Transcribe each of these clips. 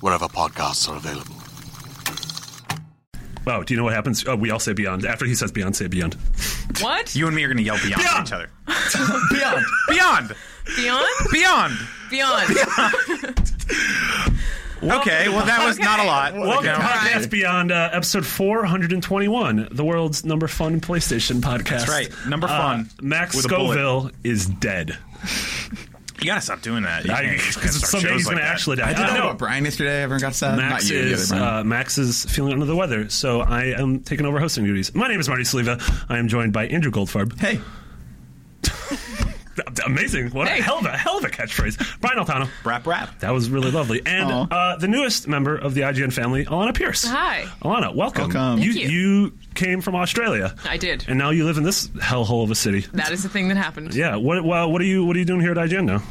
wherever podcasts are available. Wow, do you know what happens? Oh, we all say beyond. After he says beyond, say beyond. What? You and me are going to yell beyond, at Beyond! each other. beyond. Beyond. Beyond? Beyond. Beyond. Okay, well, that was not a lot. Welcome No. to Podcast Beyond, uh, episode 421, the world's number fun PlayStation podcast. Uh, That's right, number fun, Max with a bullet. Scoville is dead. You got to stop doing that. You can't- you can't Because start someday shows he's like going to that. actually die. I did Uh, that no, about Brian yesterday. Everyone got sad. Max Not you, is the other Brian. uh, Max is feeling under the weather, so I am taking over hosting duties. My name is Marty Saliva. I am joined by Andrew Goldfarb. hey, Amazing! What Hey. a hell of a hell of a catchphrase, Brian Altano. Rap, rap. That was really lovely. And Aw. uh, the newest member of the IGN family, Alana Pierce. Hi. Alana, welcome. Welcome. You, Thank you. you. came from Australia. I did. And now you live in this hellhole of a city. That is the thing that happened. Yeah. What, well, what are you What are you doing here at IGN now?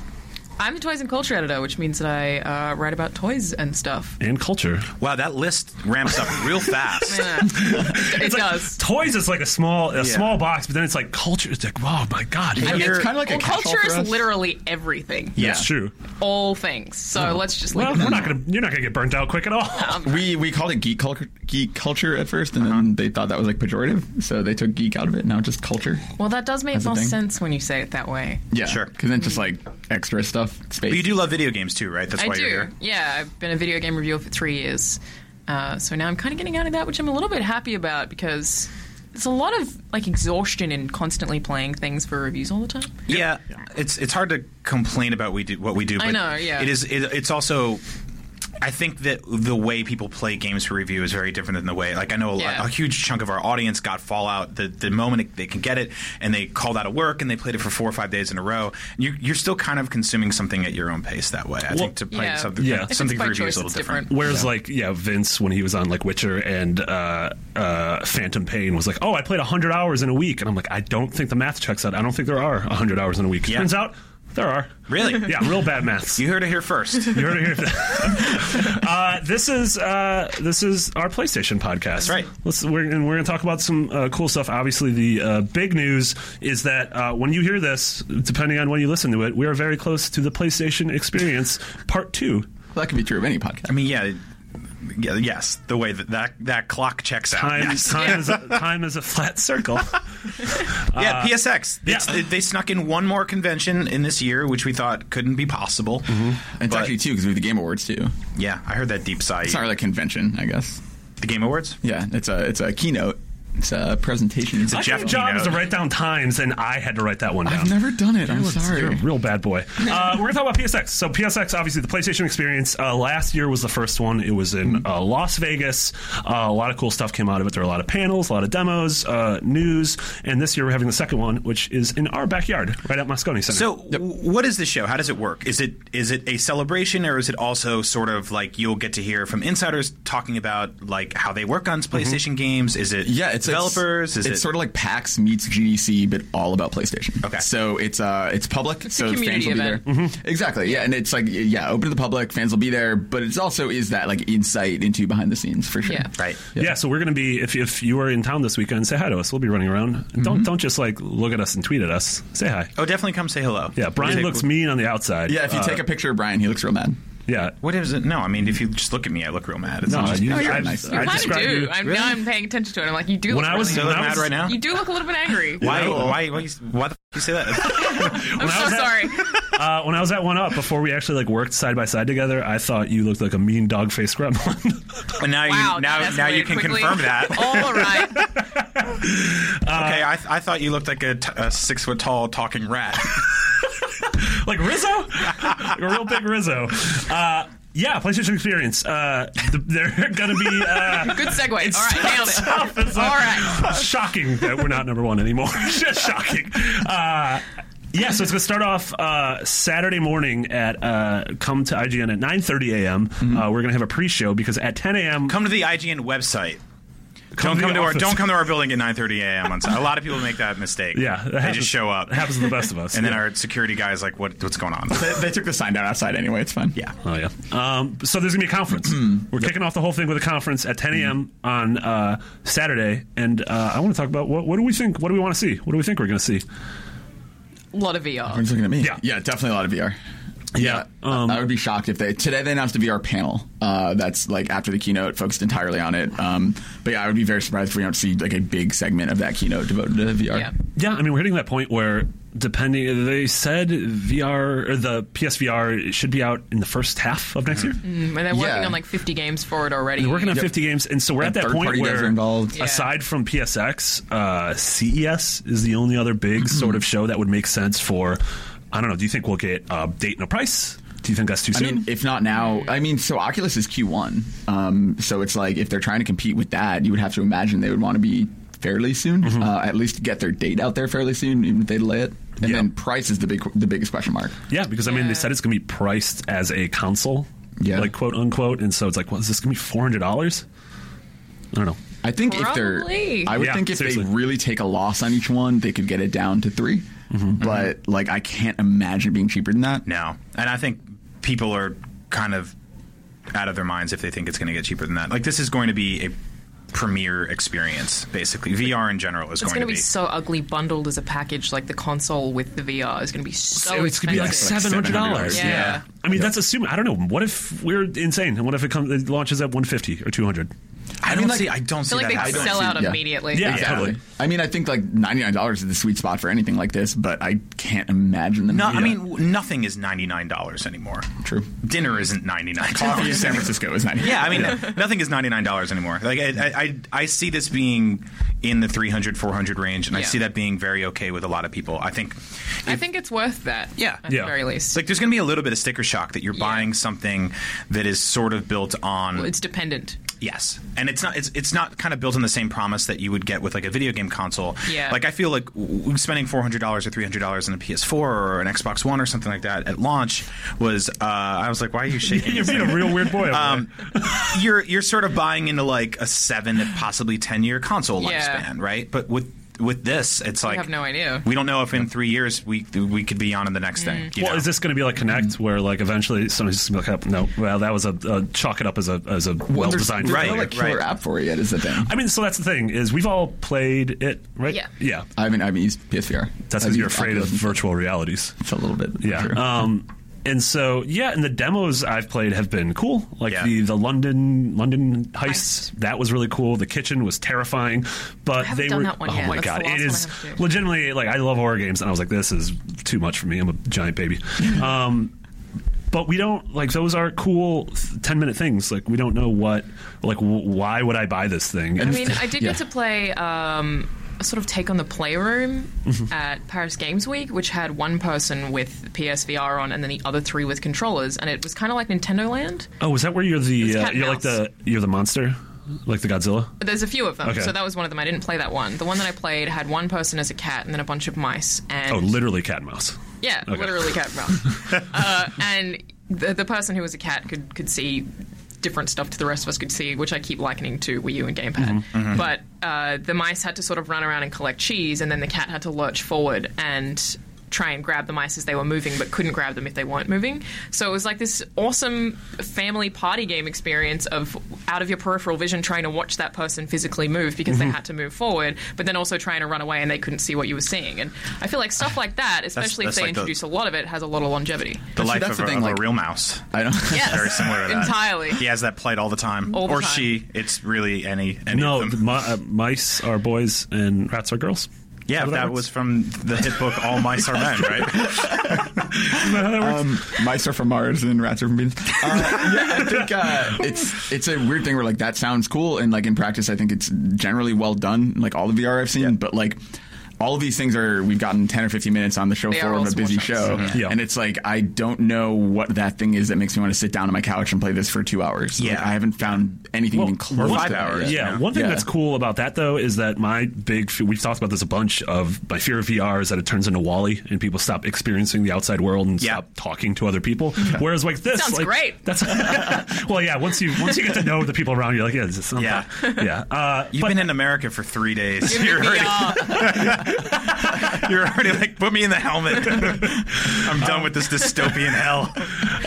I'm the toys and culture editor, which means that I uh, write about toys and stuff. And culture. Wow, that list ramps up real fast. Yeah. it it does. Toys is like a small a small box, but then it's like culture. It's like, oh my god, I mean, it's kind of like a well, catch-all culture for us. is literally everything. Yeah. um, that's true. All things. So let's just leave Well, it we're at not gonna. You're not gonna get burnt out quick at all. We we called it geek culture, geek culture at first, and then they thought that was like pejorative, so they took geek out of it. Now just culture. that. well, that does make That's a more thing. sense when you say it that way. Yeah, Sure. Because then just like extra stuff, space. But you do love video games too, right? That's I why do. you're here. Yeah, I've been a video game reviewer for three years. Uh, so now I'm kind of getting out of that, which I'm a little bit happy about because there's a lot of like exhaustion in constantly playing things for reviews all the time. Yeah, it's it's hard to complain about we do what we do. But I know, yeah. it is. It, it's also. I think that the way people play games for review is very different than the way, like, I know a, lot- Yeah. a huge chunk of our audience got Fallout the, the moment it, they can get it, and they called out of work and they played it for four or five days in a row. And you, you're still kind of consuming something at your own pace that way. I think to play yeah. something, Yeah. If it's something by for review choice, is a little it's different. different. Whereas, like, yeah, Vince when he was on like Witcher and uh, uh, Phantom Pain was like, oh, I played hundred hours in a week, and I'm like, I don't think the math checks out. I don't think there are hundred hours in a week. Yeah. Turns out there are. Really? Yeah, real bad maths. You heard it here first. You heard it here. uh, this is uh, this is our PlayStation podcast. That's right. Let's we're, and we're going to talk about some uh, cool stuff. Obviously, the uh, big news is that uh, when you hear this, depending on when you listen to it, we are very close to the PlayStation Experience Part Two. that could be true of any podcast. I mean, yeah, yeah, yes, the way that that, that clock checks out. Time, yes. time, is a, time is a flat circle. Uh, yeah, PSX. yeah. It's- They snuck in one more convention in this year, which we thought couldn't be possible. And it's actually too because we have the Game Awards too. Yeah, I heard that deep sigh. It's not really a convention, I guess. The Game Awards. Yeah, it's a it's a keynote. It's a presentation. It's I Jeff your job Keynote. is to write down times, and I had to write that one down. I've never done it. I'm You're a sorry. real bad boy. Uh, we're going to talk about PSX. So PSX, obviously, the PlayStation experience. Uh, last year was the first one. It was in uh, Las Vegas. Uh, a lot of cool stuff came out of it. There were a lot of panels, a lot of demos, uh, news, and this year we're having the second one, which is in our backyard, right at Moscone Center. So, w- what is the show? How does it work? Is it is it a celebration, or is it also sort of like you'll get to hear from insiders talking about like how they work on PlayStation games? Is it Yeah, it's developers? It's, is it's it sort of like PAX meets GDC, but all about PlayStation. Okay. so it's uh, it's public. so community fans will event. Mm-hmm. be there. Exactly. Yeah, and it's like yeah, open to the public. Fans will be there, but it's also is that like insight into behind the scenes for sure. Yeah. right? Yeah. so we're going to be if, if you are in town this weekend, say hi to us. We'll be running around. Mm-hmm. Don't don't just like look at us and tweet at us. Say hi. Oh, definitely come say hello. Yeah, Brian Take- looks mean on the outside. Yeah, if you Uh, take a picture of Brian, he looks real mad. yeah. What is it? No, I mean, if you just look at me, I look real mad. It's No, not just- you, Oh, you're I, nice. I You I described do. you. I'm, Now I'm paying attention to it. I'm like, you do When look I was- So really when look I mad was- right now. You do look a little bit angry. Why? Why? Why, you- why the f- you say that? I'm I so was at- sorry. Uh, when I was at One Up before we actually like worked side by side together, I thought you looked like a mean dog faced gremlin. And now Wow. that you now now you escalated can quickly. confirm that. All right. okay, I, th- I thought you looked like a, t- a six foot tall talking rat. like Rizzo, Like a real big Rizzo. Uh, yeah, PlayStation Experience. Uh, th- they're gonna be. Uh, Good segue. All right. Nailed it. tough as a- All right. shocking that we're not number one anymore. Just shocking. Uh, yeah, so it's going to start off uh, Saturday morning at uh, come to IGN at 9:30 a.m. Mm-hmm. Uh, we're going to have a pre-show because at 10 a.m. Come to the IGN website. Come don't to come the to our office. don't come to our building at 9:30 a.m. on Sunday. A lot of people make that mistake. Yeah, that they happens- just show up, It happens to the best of us. and then Yeah. our security guy is like, "What what's going on?" They, they took the sign down outside anyway. It's fine. yeah. Oh yeah. Um, so there's gonna be a conference. Hmm. We're kicking off the whole thing with a conference at 10 a.m. on uh, Saturday, and uh, I want to talk about what, what do we think? What do we want to see? What do we think we're gonna see? A lot of VR. Everyone's looking at me. Yeah. yeah, definitely a lot of VR. Yeah. Um, I would be shocked if they today they announced a VR panel. Uh, that's like after the keynote, focused entirely on it. Um, but yeah, I would be very surprised if we don't see like a big segment of that keynote devoted to VR. Yeah. Yeah, I mean, we're hitting that point where depending, they said VR or the PSVR should be out in the first half of next year. And Mm, they're working Yeah. on like 50 games for it already. They're working on Hmm. Yep. 50 games, and so we're And at that third point party devs where, are involved. Yeah. aside from PSX, uh, CES is the only other Hmm. big sort of show that would make sense for. I don't know. Do you think we'll get a date and a price? Do you think that's too I soon? mean, if not now, I mean, so Oculus is Q1. Um, so it's like if they're trying to compete with that, you would have to imagine they would want to be fairly soon, uh, at least get their date out there fairly soon, even if they delay it. And Yeah. then price is the big, the biggest question mark. yeah, because I mean, they said it's going to be priced as a console, Yeah. like quote unquote, and so it's like, well, is this going to be four hundred dollars? I don't know. I think if Probably. they're, I would Yeah, think if seriously. they really take a loss on each one, they could get it down to 3 But like, I can't imagine it being cheaper than that. No, and I think people are kind of out of their minds if they think it's going to get cheaper than that. Like this is going to be a premier experience, basically. VR in general is It's going to be. so ugly bundled as a package. Like the console with the VR is going to be so, it's gonna expensive. be like seven hundred dollars. $700. Yeah. Yeah. I mean, that's assuming. I don't know. What if we're insane? And what if it comes it launches at one fifty or two hundred? I don't see. I don't I see feel like that. they happening. could sell out yeah. immediately. Yeah. Exactly. Totally. I mean, I think like ninety nine dollars is the sweet spot for anything like this, but I can't imagine them. No, I doing mean w- nothing is ninety nine dollars anymore. True. Dinner isn't ninety nine that. Coffee in dollars. San Francisco is ninety. Yeah, I mean, nothing is ninety nine dollars anymore. Like I, I, I, I see this being in the 300 400 range, and I Yeah. see that being very okay with a lot of people. I think I think it's worth that. Yeah. At Yeah. the very least. it's like there's going to be a little bit of sticker shock that you're buying something that is sort of built on it's dependent. Yes, and it's not it's it's not kind of built on the same promise that you would get with like a video game console. Yeah. Like I feel like w- w- spending four hundred dollars or three hundred dollars on a PS4 or an Xbox One or something like that at launch was uh, I was like, why are you shaking? You're your being thing? a real weird boy. Over um, you're you're sort of buying into like a seven to possibly ten year console Yeah. lifespan, right? But with with this, it's like have no idea. We don't know if in three years we we could be on to the next Mm. thing. you there. Well, know? is this going to be like Connect, where like eventually somebody's just going to look up? No, well, that was a, a chalk it up as a as a well designed Right. There's no, like killer right. app for it yet is the thing. I mean, so that's the thing is we've all played it, right? Yeah. yeah. I haven't, I haven't used PSVR. That's I've because you're used afraid of Oculus virtual realities. for a little bit. Yeah. True. Um, and so yeah, and the demos I've played have been cool. Like Yeah. the the London London heists, that was really cool. The kitchen was terrifying, but haven't they done were that one oh yet. my That's the god, last it one I is have to do. legitimately like I love horror games, and I was like, this is too much for me. I'm a giant baby. um, but we don't like those are cool ten minute things. Like we don't know what like w- why would I buy this thing? I And mean, I did Yeah. get to play um, a sort of take on the playroom Mm-hmm. at Paris Games Week, which had one person with PSVR on, and then the other three with controllers, and it was kind of like Nintendo Land. oh, is that where you're the It's uh, cat and you're like mouse. the you're the monster, like the Godzilla? But there's a few of them, Okay. so that was one of them. I didn't play that one. The one that I played had one person as a cat, and then a bunch of mice. And Oh, literally cat and mouse. Yeah, Okay. literally cat and mouse. uh, and the, the person who was a cat could could see different stuff to the rest of us could see, which I keep likening to Wii U and gamepad. Mm-hmm. But uh, the mice had to sort of run around and collect cheese, and then the cat had to lurch forward and try and grab the mice as they were moving, but couldn't grab them if they weren't moving. So it was like this awesome family party game experience of out of your peripheral vision trying to watch that person physically move because Mm-hmm. they had to move forward, but then also trying to run away and they couldn't see what you were seeing. And I feel like stuff like that, especially that's if they like the- introduce a lot of it, has a lot of longevity. the life that's of, the a, thing, of like- a real mouse. I don't. Yes, very similar to that. entirely. He has that plight all the time, All the or time. she. It's really any any No, of the them. mi- uh, mice are boys and rats are girls. yeah, Is that works? was from the hit book "All Mice Are Men," right? that how that works? Um, mice are from Mars and rats are from Venus. Uh, yeah, I think uh, it's it's a weird thing where like that sounds cool and like in practice I think it's generally well done. Like all the VR I've seen, but like. All of these things are we've gotten ten or fifteen minutes on the show They are floor all of a busy small show, shots. Mm-hmm. Yeah. and it's like I don't know what that thing is that makes me want to sit down on my couch and play this for two hours. Like, Yeah. I haven't found anything even close. one- to five that hours. yet. Yeah, Yeah. one thing Yeah. that's cool about that though is that my big fe- we've talked about this a bunch of my fear of VR is that it turns into Wally and people stop experiencing the outside world and Yeah. stop talking to other people. Whereas like this, Sounds like, great. That's well, yeah. Once you once you get to know the people around you, are like yeah, this is not Yeah. that- yeah. Uh, You've but- been in America for three days. Give me You're already, VR. you're already like, put me in the helmet. I'm done with this dystopian hell.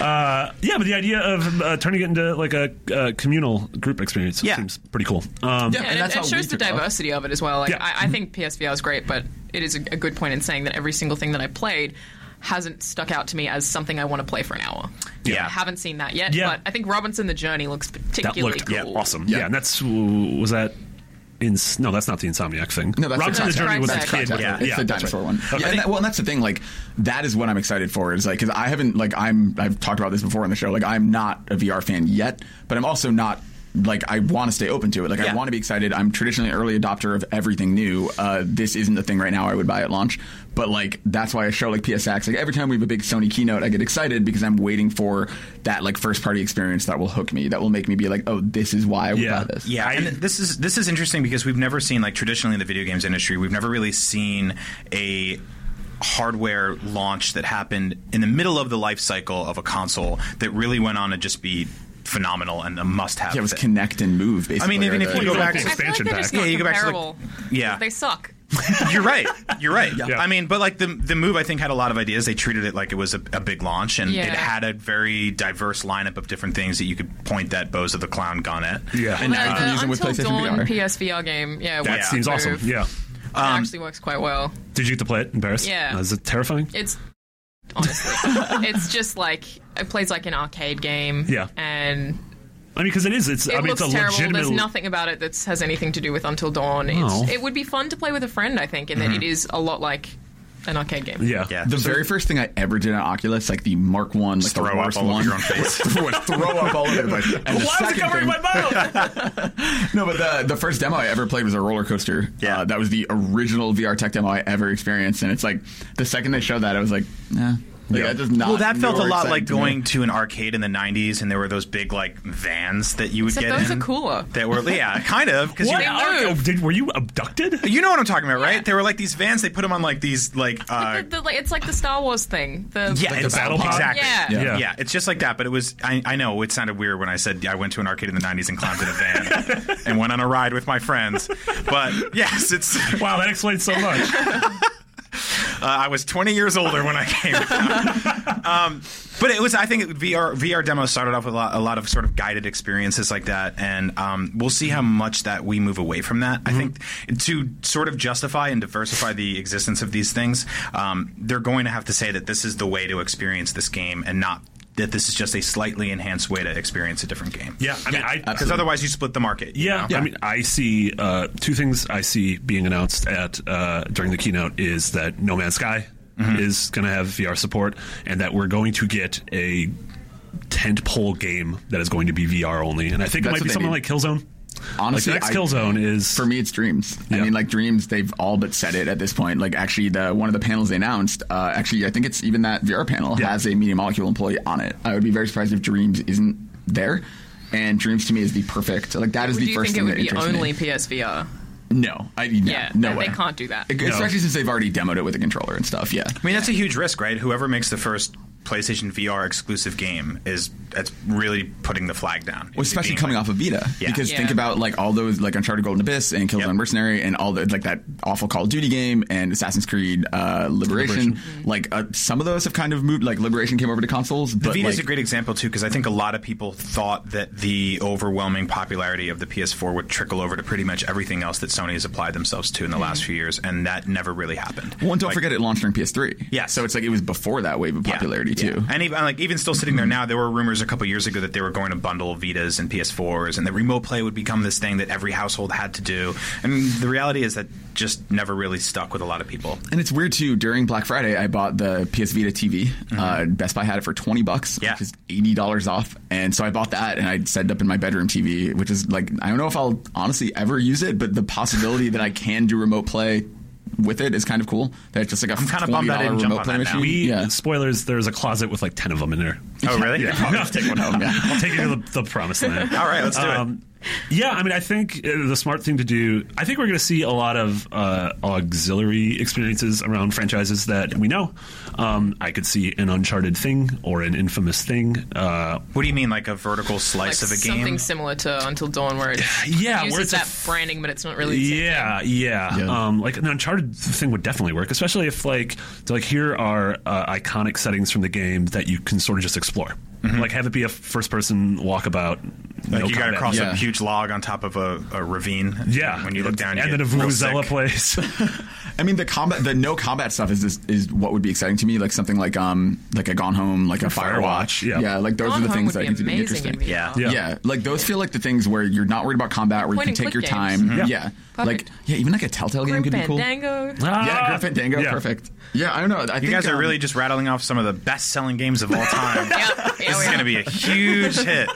Uh, yeah, but the idea of uh, turning it into like a, uh communal group experience Yeah. seems pretty cool. Um, Yeah, And, and that's it, how it we shows the took off. diversity of it as well. Like Yeah. I, I think PSVR is great, but it is a, a good point in saying that every single thing that I played hasn't stuck out to me as something I want to play for an hour. Yeah. I haven't seen that yet, Yeah. but I think Robinson the Journey looks that particularly looked cool. awesome. Yeah. Yeah. and that's was that. Ins- no, that's not the Insomniac thing. No, that's Robinson the the Journey was a That's kid. Contact. Contact. with- It's the that's dinosaur right. one. Yeah, and that- well, and that's the thing. Like that is what I'm excited for. Is like because I haven't like I'm I've talked about this before on the show. Like I'm not a VR fan yet, but I'm also not. Like I want to stay open to it. Like Yeah. I want to be excited. I'm traditionally an early adopter of everything new. Uh, this isn't the thing right now I would buy at launch, but like that's why a show like PSX. Like every time we have a big Sony keynote, I get excited because I'm waiting for that like first party experience that will hook me, that will make me be like, oh, this is why I would Yeah. buy this. Yeah, I- and this is this is interesting because we've never seen like traditionally in the video games industry, we've never really seen a hardware launch that happened in the middle of the life cycle of a console that really went on to just be phenomenal and a must-have. Yeah, it was thing. connect and move. Basically, mean, even or if you the- go back I feel like expansion they're just pack. not Yeah, you go back to, like- comparable. 'cause Yeah. they suck. You're right. You're right. Yeah. I mean, but like the the move, I think had a lot of ideas. They treated it like it was a, a big launch, and Yeah. it had a very diverse lineup of different things that you could point that Bows of the Clown gun at. Yeah. and The- uh, the use it with Until PlayStation Dawn VR. PSVR game, yeah, That Yeah. seems awesome. Move. Yeah. It actually works quite well. Did you get to play it in Paris? Yeah. Uh, is it terrifying? It's honestly, it's just like it plays like an arcade game. Yeah. and I mean, because it is. It's. it I mean, looks it's a terrible. legitimate. There's nothing about it that has anything to do with Until Dawn. No. Mm-hmm. It's, it would be fun to play with a friend, I think, in that it is a lot like an arcade game. Yeah. yeah, The So very first thing I ever did on Oculus, like the Mark One, like throw the up worst all over one, your own face. would throw up all over the place. And the Why was it second covering thing- my mouth? No, but the the first demo I ever played was a roller coaster. Yeah. uh, that was the original VR tech demo I ever experienced, and it's like the second they showed that, I was like, nah, like, that does not. Well, that felt a nor lot exciting like to me. going to an arcade in the '90s, and there were those big like vans that you would Except get. those in are cooler. That were yeah, kind of because you, What? They move. Arc- Did, were you abducted? you know what I'm talking about, right? They were like these vans. They put them on like these like uh, The- the- like, it's like the Star Wars thing. The yeah, Like the it's battle pod? exactly. Yeah. Yeah. Yeah, it's just like that. But it was, I, I know it sounded weird when I said I went to an arcade in the 90s and climbed in a van and went on a ride with my friends. But yes, it's, uh, Wow, that explains so much. I was 20 years older when I came down. um, but it was, I think VR, VR demos started off with a lot, a lot of sort of guided experiences like that. And um, we'll see how much that we move away from that. I think to sort of justify and diversify the existence of these things, um, they're going to have to say that this is the way to experience this game and not. That this is just a slightly enhanced way to experience a different game. Yeah, I mean, I. because otherwise you split the market. you Yeah, know? I mean, I see uh, two things I see being announced at uh, during the keynote is that No Man's Sky Mm-hmm. is going to have VR support, and that we're going to get a tentpole game that is going to be VR only. And I think it might That's what be they something need. like Killzone. Honestly, like the I- next Killzone is For me, it's dreams. Yeah. I mean, like dreams. They've all but said it at this point. Like, actually, the one of the panels they announced. Uh, actually, I think it's even that VR panel Yeah. has a media molecule employee on it. I would be very surprised if dreams isn't there. And dreams to me is the perfect. Like that is Would the you first think it thing would that be interests only me. PSVR? No, I no, Yeah, no they- way. they can't do that. Especially since they've already demoed it with a controller and stuff. Yeah. I mean that's a huge risk, right? Whoever makes the first PlayStation VR exclusive game is that's really putting the flag down. Well, especially Being coming like- off of Vita, Yeah. because Yeah. think about like all those like Uncharted Golden Abyss and Killzone Yep. Mercenary and all the like that awful Call of Duty game and Assassin's Creed uh, Liberation. Like uh, some of those have kind of moved. Like Liberation came over to consoles, The but Vita is like, a great example too, because I think a lot of people thought that the overwhelming popularity of the PS4 would trickle over to pretty much everything else that Sony has applied themselves to in the last few years, and that never really happened. Mm-hmm. Well, and don't Like, forget it launched during PS3. Yeah. so it's like it was before that wave of Yeah. popularity too. And even like even still sitting Mm-hmm. there now, there were rumors a couple years ago that they were going to bundle Vitas and PS4s, and that remote play would become this thing that every household had to do. And the reality is that just never really stuck with a lot of people. And it's weird too. During Black Friday, I bought the PS Vita TV. Uh, Best Buy had it for twenty bucks, Mm-hmm. Yeah. which is eighty dollars off. And so I bought that, and I set it up in my bedroom TV, which is like I don't know if I'll honestly ever use it, but the possibility that I can do remote play with it is kind of cool. That it's just like a kinda twenty bummed I dollar didn't jump remote on play that now. machine. We yeah. spoilers. There's a closet with like ten of them in there. Oh, really? I'll just take one home. Yeah. I'll take you to the, the promised land. All right, let's do it. Yeah, I mean, I think uh, the smart thing to do. I think we're going to see a lot of uh, auxiliary experiences around franchises that we know. Um, I could see an Uncharted thing or an Infamous thing. Uh, What do you mean, like a vertical slice like of a game? something similar to Until Dawn, where it yeah, uses where it's a that f- branding, but it's not really. The same yeah, yeah, Yeah. Um, like an Uncharted thing would definitely work, especially if like so, like here are uh, iconic settings from the game that you can sort of just explore. Mm-hmm. Like have it be a first-person walkabout. Like no you got to combat. cross Yeah. a huge log on top of a, a ravine. Yeah, When you look down, you and then a get real Vuvuzela sick. place. I mean, the combat, the no combat stuff is this, is what would be exciting to me. Like something like um, like a Gone Home, like a Firewatch, Firewatch. yeah. yeah, like those Gone are the Home things would that I be think would be amazing interesting. in VR. Yeah. Yeah. Yeah. like those feel like the things where you're not worried about combat, where Point you and can take your click games. time. Mhm. Yeah, Perfect. like yeah, even like a Telltale game Grim could be cool. Fandango. Yeah, Ah! Grim Fandango, Yeah. perfect. Yeah, I don't know. I You think, guys are um, really just rattling off some of the best-selling games of all time. Yeah, yeah, This we is are. going to be a huge hit.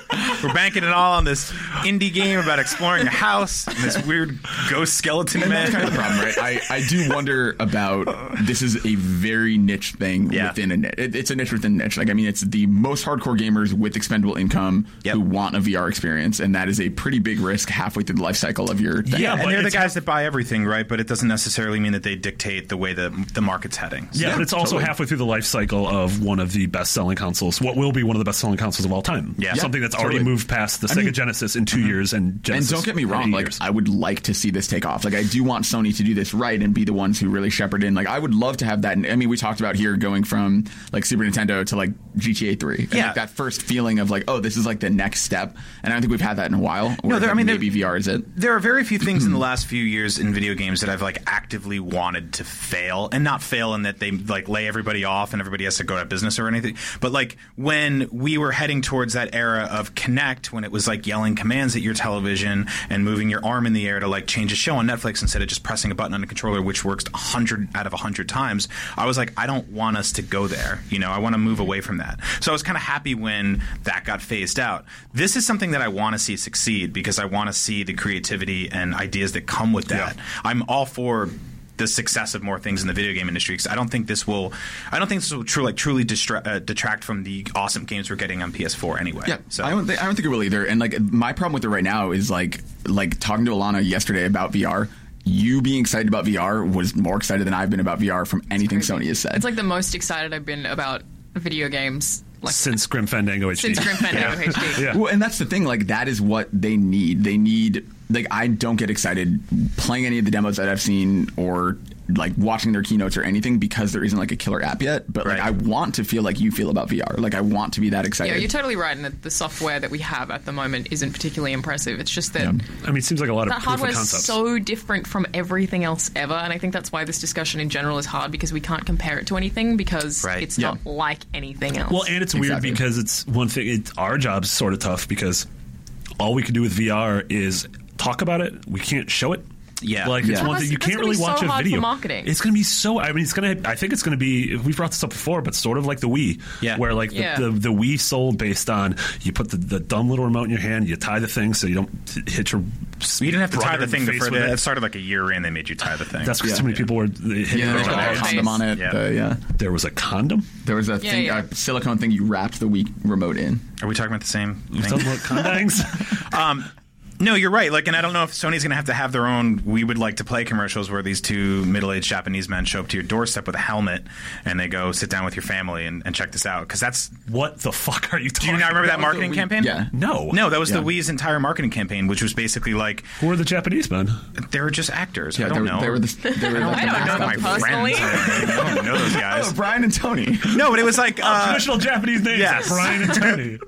We're banking it all on this indie game about exploring a house and this weird ghost skeleton That's kind man. of the problem, right? I, I do wonder about this is a very niche thing Yeah. within a niche. It, it's a niche within a niche. Like, I mean, it's the most hardcore gamers with expendable income Yep. who want a VR experience, and that is a pretty big risk halfway through the life cycle of your thing. Yeah, And but they're the it's- guys that buy everything, right? But it doesn't necessarily mean that they dictate the way the the market's heading. Yeah, but it's also halfway through the life cycle of one of the best-selling consoles. What will be one of the best-selling consoles of all time? Yeah. Yeah, something that's already totally. moved past the Sega mean- mm-hmm. Genesis in 2 years and And Genesis. don't get me in wrong, eight like years. I would like to see this take off. Like I do want Sony to do this right and be the ones who really shepherd in. Like I would love to have that. And I mean, we talked about here going from like Super Nintendo to like GTA Three. And, Yeah. like, that first feeling of like, oh, this is like the next step. And I don't think we've had that in a while. Or there- I like, mean, there- maybe VR is it. there are very few things in the last few years in video games that I've like actively wanted to fail, and not fail in that they like lay everybody off and everybody has to go out of business or anything. But like when we were heading towards that era of Connect, when it was like yelling commands at your television and moving your arm in the air to like change a show on Netflix instead of just pressing a button on a controller, which works hundred out of hundred times, I was like, I don't want us to go there. You know, I want to move away from that. So I was kind of happy when that got phased out. This is something that I want to see succeed because I want to see the creativity and ideas that come with that. I'm all for the success of more things in the video game industry because I don't think this will, I don't think this will truly, like, truly distra- uh, detract from the awesome games we're getting on PS4 anyway. Yeah, So. I don't think I don't think it will either. And like my problem with it right now is like like talking to Alana yesterday about VR. You being excited about VR was more excited than I've been about VR from anything Sony has said. It's like the most excited I've been about video games like since, since Grim Fandango HD. Grim Fandango HD. Yeah. Well, and that's the thing. Like, that is what they need. They need. Like, I don't get excited playing any of the demos that I've seen or like watching their keynotes or anything because there isn't like a killer app yet. But like, Right. I want to feel like you feel about VR. Like, I want to be that Yeah, excited. you're totally right in that the software that we have at the moment isn't particularly impressive. It's just that I mean, it seems like a lot of that proof hardware of is concepts. so different from everything else ever, and I think that's why this discussion in general is hard because we can't compare it to anything because Right. it's Yeah. not like anything else. Well, and it's Exactly. weird because it's one thing. It's our job's sort of tough because all we can do with VR is talk about it. We can't show it. Yeah. like it's Yeah. one thing you That's can't gonna really be so watch a hard for video. marketing. It's going to be so. I mean, it's going to. I think it's going to be. We brought this up before, but sort of like the Wii, Yeah. where like Yeah. the, the the Wii sold based on you put the, the dumb little remote in your hand, you tie the thing so you don't h- hit your. you didn't have to tie brother the in thing face before with that. it. It started like a year in, they made you tie the thing. That's because Yeah. so many people were hitting their yeah, they own put Yeah. a eyes. condom on it. Yeah. uh, yeah. There was a condom. There was a thing, yeah. a silicone thing you wrapped the weak remote in. Are we talking about the same? We've thing? done little condoms. No, you're right. Like, and I don't know if Sony's going to have to have their own. We would like to play commercials where these two middle-aged Japanese men show up to your doorstep with a helmet, and they go sit down with your family and, and check this out. Because that's What the fuck are you do talking? you not remember that about? marketing we- campaign? yeah. No. no, that was the Yeah. Wii's entire marketing campaign, which was basically like Who are the Japanese men? they were just actors. I Yeah, don't they, know. were, they were the. They were like I the don't know them mascot my group. friends. personally. I don't know those guys. Oh, Brian and Tony. No, but it was like uh, Traditional Japanese names. yes. Brian and Tony.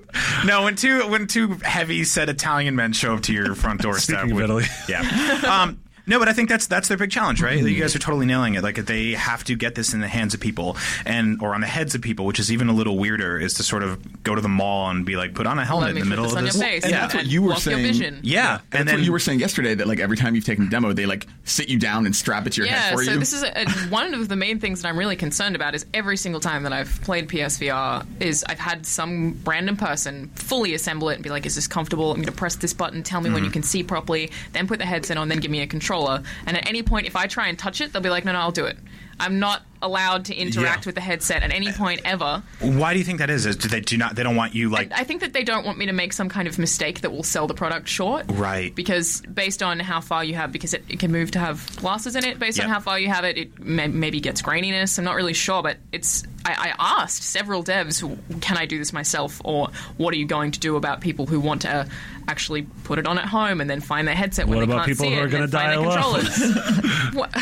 No, when two when two heavy set Italian men show up to your front doorstep. Speaking of with- Italy. yeah. Um, No, but I think that's that's their big challenge, right? Hmm. You guys are totally nailing it. Like they have to get this in the hands of people and or on the heads of people, which is even a little weirder. Is to sort of go to the mall and be like, put on a Let helmet in me the put middle this of on your this. face. and yeah, that's what you were block your saying. vision. Yeah, And and that's then what you were saying yesterday that like every time you've taken a demo, they like sit you down and strap it to your head Yeah, for so you. this is a, a- one of the main things that I'm really concerned about is every single time that I've played PSVR is I've had some random person fully assemble it and be like, "Is this comfortable? I'm going to press this button. Tell me when you Mm-hmm. can see properly." Then put the headset on. Then give me a controller. And at any point, if I try and touch it, they'll be like, "No, no, I'll do it." I'm not allowed to interact Yeah. with the headset at any point ever. why do you think that is? Is do they do not? They don't want you like I think that they don't want me to make some kind of mistake that will sell the product short. Right. Because based on how far you have, because it, it can move to have glasses in it, based on Yep. how far you have it, it may, maybe gets graininess. I'm not really sure, but it's. I, I asked several devs, can I do this myself? Or what are you going to do about people who want to uh, actually put it on at home and then find their headset when What they about can't people see who it are and then gonna find their controllers? What-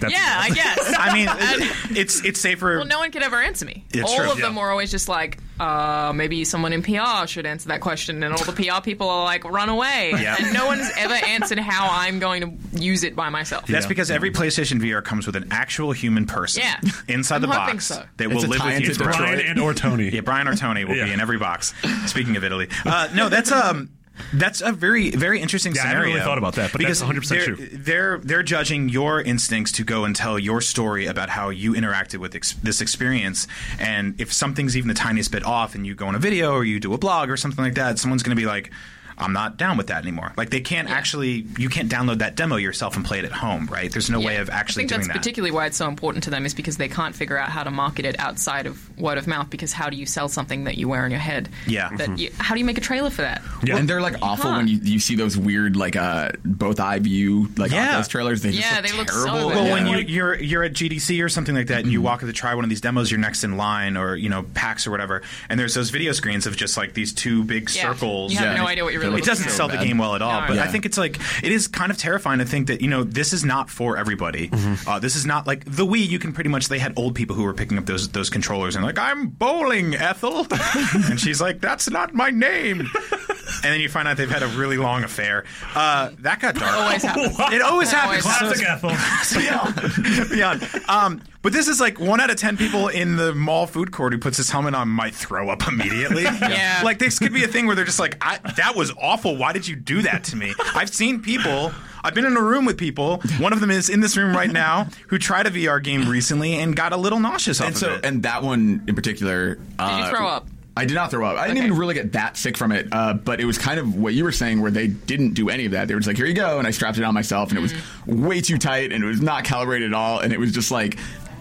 That's- yeah, I guess. I mean, it- it's it's safer. Well, no one could ever answer me. It's all true. of them Yeah. were always just like, uh, maybe someone in PR should answer that question, and all the PR people are like, run away. Yeah. And no one's ever answered how I'm going to use it by myself. That's Yeah. because every PlayStation VR comes with an actual human person Yeah. inside I'm the hoping box so. that It's will a live tie with you into forever. Detroit. Brian and or Tony. Yeah, Brian or Tony will be Yeah. in every box. Speaking of Italy, uh, no, that's um, that's a very very interesting Yeah, I haven't scenario. really thought about that, but because that's 100% they're, true. They're they're judging your instincts to go and tell your story about how you interacted with ex- this experience, and if something's even the tiniest bit off, and you go on a video or you do a blog or something like that, someone's going to be like. I'm not down with that anymore. Like they can't actually, you can't download that demo yourself and play it at home, right? There's no way Yeah. of I actually think doing that's that. particularly why it's so important to them is because they can't figure out how to market it outside of word of mouth. Because how do you sell something that you wear on your head? Yeah. That Mhm. you, how do you make a trailer for that? Yeah. And they're like awful Huh. when you, you see those weird like uh both eye view like Yeah. those trailers. They just Yeah, look they look so terrible. bad. Well, Yeah. when you, you're you're at GDC or something like that, and you walk up to try one of these demos, you're next in line, or you know PAX or whatever, and there's those video screens of just like these two big Yeah. circles. You have Yeah. no idea what you're They really. It look doesn't looking at. sell the bad. game well at all, No. but I Yeah. think it's like it is kind of terrifying to think that you know this is not for everybody. Uh, this is not like the Wii. You can pretty much they had old people who were picking up those those controllers and like I'm bowling Ethel, and she's like that's not my name. And then you find out they've had a really long affair. Uh, that got dark. Always happens. It always happens. Always So Classic it's- Ethel. beyond. beyond. Um, but this is like one out of ten people in the mall food court who puts his helmet on might throw up immediately. Yeah. Like this could be a thing where they're just like, I, "That was awful. Why did you do that to me?" I've seen people. I've been in a room with people. One of them is in this room right now who tried a VR game recently and got a little nauseous off and so of it. and that one in particular. Uh, throw up? I did not throw up. I didn't Okay. even really get that sick from it, uh, but it was kind of what you were saying, where they didn't do any of that. They were just like, "Here you go," and I strapped it on myself, and it was Mm-hmm. way too tight, and it was not calibrated at all, and it was just like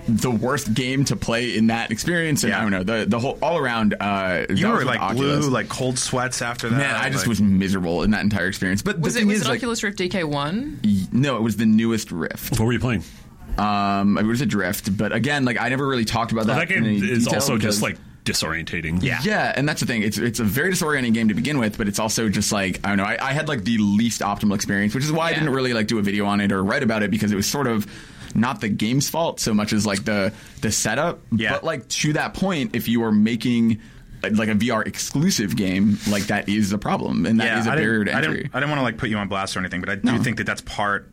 the worst game to play in that experience. And Yeah. I don't know the the whole all around. Uh, that you was were with like Oculus. blue, like cold sweats after that. Man, I just like- was miserable in that entire experience. But Was the it thing was is, it like, Oculus Rift DK one? No, it was the newest Rift. What were you playing? Um, it was a drift, but again, like I never really talked about that. that in game any is detail also just because- like disorientating. Yeah. Yeah, and that's the thing. It's it's a very disorienting game to begin with, but it's also just like I don't know. I, I had like the least optimal experience, which is why I Yeah. didn't really like do a video on it or write about it because it was sort of not the game's fault so much as like the the setup. Yeah. But like to that point, if you are making uh, like a VR exclusive game, like that is the problem, and that is a I didn't- barrier to I entry. didn't, I didn't want to like put you on blast or anything, but I do think that that's part.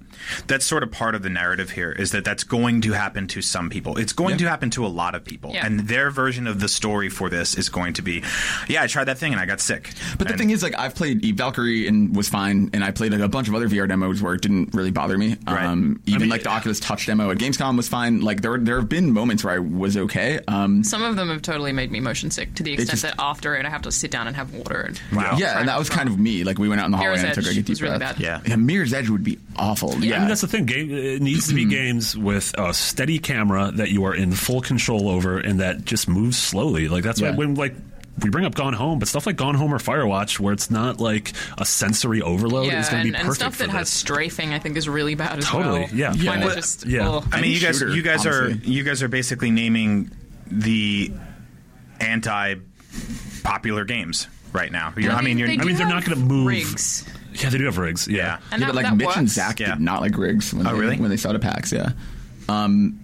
That's sort of part of the narrative here is that that's going to happen to some people. It's going to happen to a lot of people, Yeah. and their version of the story for this is going to be, yeah, I tried that thing and I got sick. But the And- thing is, like, I've played Eve Valkyrie and was fine, and I played like a bunch of other VR demos where it didn't really bother me. Right. Um, even mean, like the yeah. Oculus Touch demo at Gamescom was fine. Like there, there have been moments where I was okay. Um, Some of them have totally made me motion sick to the extent just- that after it, I have to sit down and have water. And Wow. yeah, and that was kind of me. Like we went out in the hallway Mirror's Oh, and I took Edge like, a deep was really breath. bad. Yeah. Mirror's Edge would be awful. Yeah, I mean, that's the thing. Game, it needs to be games with a steady camera that you are in full control over and that just moves slowly. Like that's Yeah. why when like we bring up Gone Home, but stuff like Gone Home or Firewatch, where it's not like a sensory overload, yeah, Oh, is going to and, be and perfect stuff for that has this. strafing, I think, is really bad as Totally, well. yeah. Mine Yeah. is just, oh, Yeah. ugh. I mean, Any you guys, shooter, you guys are honestly. you guys are basically naming the anti popular games right now. You're- I mean, you're, they I do mean, they're not have gonna move- rigs. Yeah, they do have rigs. Yeah. yeah. And yeah, that, but like that Mitch and works. Zach Yeah. did not like rigs when, Oh, they, really? when they saw the packs. Yeah. Um,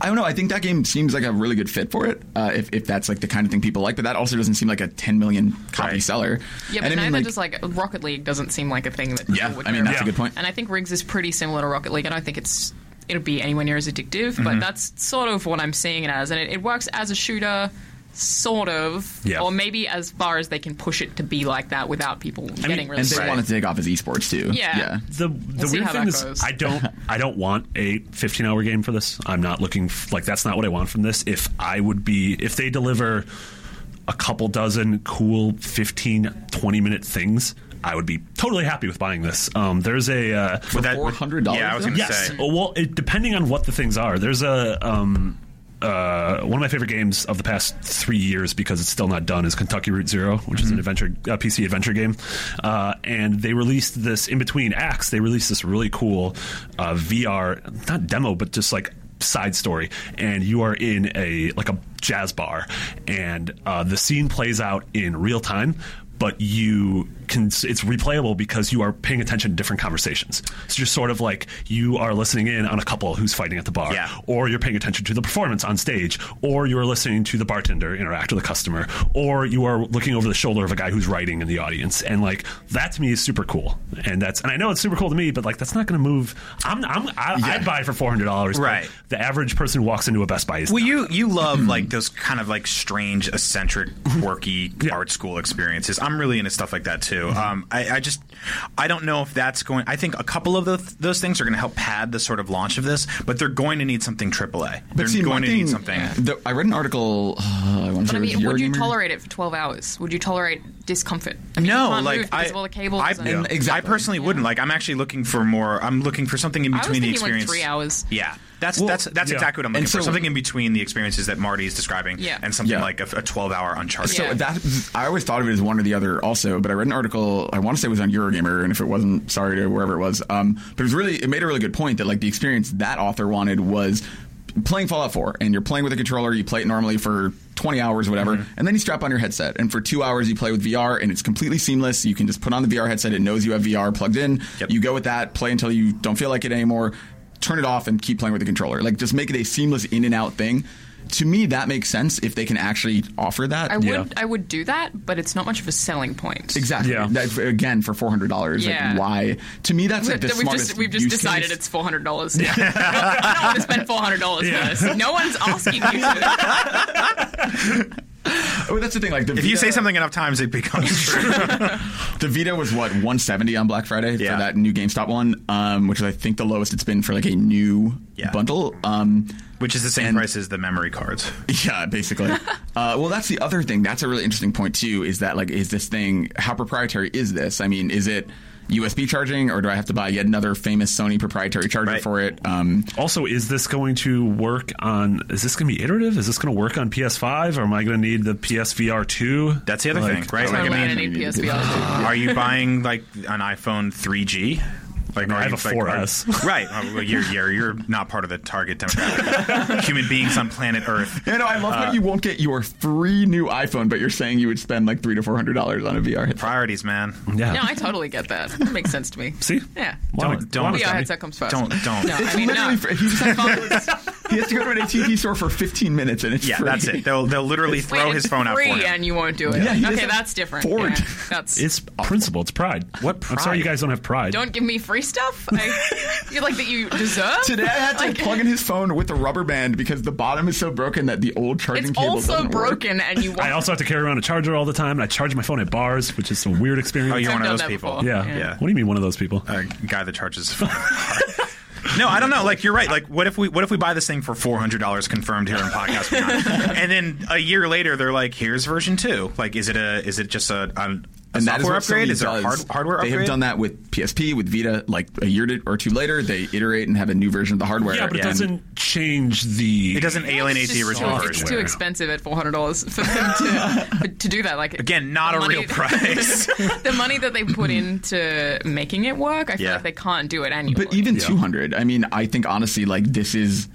I don't know. I think that game seems like a really good fit for it, uh, if, if that's like the kind of thing people like. But that also doesn't seem like a 10 million copy Right. seller. Yeah, And but I mean, neither does like Rocket League doesn't seem like a thing that. Yeah, people would I care mean that's a about. good point. And I think Riggs is pretty similar to Rocket League. I don't think it's it'll be anywhere near as addictive, Mm-hmm. but that's sort of what I'm seeing it as, and it, it works as a shooter. Sort of, Yeah. or maybe as far as they can push it to be like that without people getting really. And they sick. want to take off as esports too. Yeah. the the see weird how thing that is goes. I don't I don't want a 15 hour game for this. I'm not looking f- like that's not what I want from this. If I would be if they deliver a couple dozen cool 15 20 minute things, I would be totally happy with buying this. Um, there's a uh, Would that- $400 Yeah, I was going to Yes. say. Oh, Well, it, depending on what the things are, there's a um, uh, one of my favorite games of the past three years because it's still not done is Kentucky Route Zero, which is an adventure uh, PC adventure game, uh, and they released this in between acts. They released this really cool uh, VR not demo, but just like side story and you are in a like a jazz bar and uh, the scene plays out in real time but you can it's replayable because you are paying attention to different conversations so you're sort of like you are listening in on a couple who's fighting at the bar Yeah. or you're paying attention to the performance on stage or you're listening to the bartender interact with a customer or you are looking over the shoulder of a guy who's writing in the audience and like that to me is super cool and that's and i know it's super cool to me but like that's not going to move i'm i'm I, i'd buy it for $400 but Right. the average person who walks into a best buy is Well, you you love Hmm. like those kind of like strange, eccentric, quirky art school experiences. I'm really into stuff like that too. Mm-hmm. Um, I, I just I don't know if that's going. I think a couple of those, those things are going to help pad the sort of launch of this, but they're going to need something AAA. they're see, going my to need thing- something. the- I read an article. Uh, I want to But say I it was mean, would you Eurogamer. tolerate it for 12 hours? Would you tolerate discomfort? I mean, no, you can't like move I, because of all the cables. I, and- yeah. Exactly. I personally wouldn't. Like, I'm actually looking for more. I'm looking for something in I was between the thinking, like, experience. three hours. Yeah, that's that's that's yeah. exactly what I'm looking so- for. Something in between the experiences that Marty is describing, Yeah. and something Yeah. like a, a 12 hour uncharted. So Yeah. that I always thought of it as one or the other, also. But I read an article. I want to say it was on Eurogamer, and if it wasn't, sorry to wherever it was. Um, but it was really it made a really good point that like the experience that author wanted was playing Fallout 4, and you're playing with a controller. You play it normally for 20 hours, whatever, and then you strap on your headset, and for two hours you play with VR, and it's completely seamless. You can just put on the VR headset; it knows you have VR plugged in. Yep. You go with that, play until you don't feel like it anymore. Turn it off and keep playing with the controller. Like just make it a seamless in and out thing. To me, that makes sense if they can actually offer that. I Yeah. would, I would do that, but it's not much of a selling point. Exactly. Yeah. That- again, for four hundred dollars, Yeah. like why? To me, that's like the we've smartest. just we've just use decided case. it's four hundred dollars. I don't want to spend four hundred dollars Yeah. for this. No one's asking you. To. Oh, that's the thing. Like the If Vita, you say something enough times, it becomes true. the Vita was what one seventy on Black Friday Yeah. for that new GameStop one, um, which is I think the lowest it's been for like a new Yeah. bundle. Um, Which is the same price as the memory cards. Yeah, basically. uh, well, that's the other thing. That's a really interesting point too. Is that like, is this thing how proprietary is this? I mean, is it USB charging, or do I have to buy yet another famous Sony proprietary charger Right. for it? Um, Also, is this going to work on? Is this going to be iterative? Is this going to work on PS5? Or am I going to need the PSVR two? That's the other Like, thing, right? Totally Like, I gonna mean, need PSVR. are you buying like an iPhone 3G? Like, are I have you, a 4S. are- right? Oh, well, you're, you're you're not part of the target demographic. Human beings on planet Earth. You know, I love Uh, how you won't get your free new iPhone, but you're saying you would spend like three to four hundred dollars on a VR headset. Priorities, man. Yeah. No, I totally get that. That makes sense to me. See? Yeah. Why Don't don't. VR headset comes first. Don't don't. No, I mean Literally, no. for- he, just has to go, he has to go to an AT&T store for 15 minutes, and it's Yeah, free. that's it. They'll they'll literally Wait, throw it's his phone out for free him. and you won't do it. Yeah, he okay, doesn't that's different. afford- Yeah, that's It's principle. It's pride. What I'm sorry, pride? you guys don't have pride. don't give me free stuff. I, you like that you deserve. Today I had to Like- plug in his phone with a rubber band because the bottom is so broken that the old charging It's cable also doesn't work. broken, and you. I want also have to carry around a charger all the time, and I charge my phone at bars, which is a weird experience. Oh, you're I've one of done those that people. before. yeah. Yeah. Yeah. Uh, What do you mean one of those people? a guy that charges his phone. No, I don't know. Like you're right. Like what if we what if we buy this thing for four hundred dollars confirmed here in podcast, Beyond? and then a year later they're like, here's version two. Like is it a is it just a, an- a And that is software what upgrade? Sony Is it a does. hard, hardware They upgrade? have done that with PSP, with Vita. Like a year to, or two later, they iterate and have a new version of the hardware. yeah, but it And- doesn't change the. It doesn't alienate It's the just original too- version. It's too expensive at four hundred dollars for them to for- to do that. Like Again, not the a money real that- price. the money that they put into making it work, I feel Yeah. like they can't do it annually. But even 200, I mean, I think honestly, like, this is,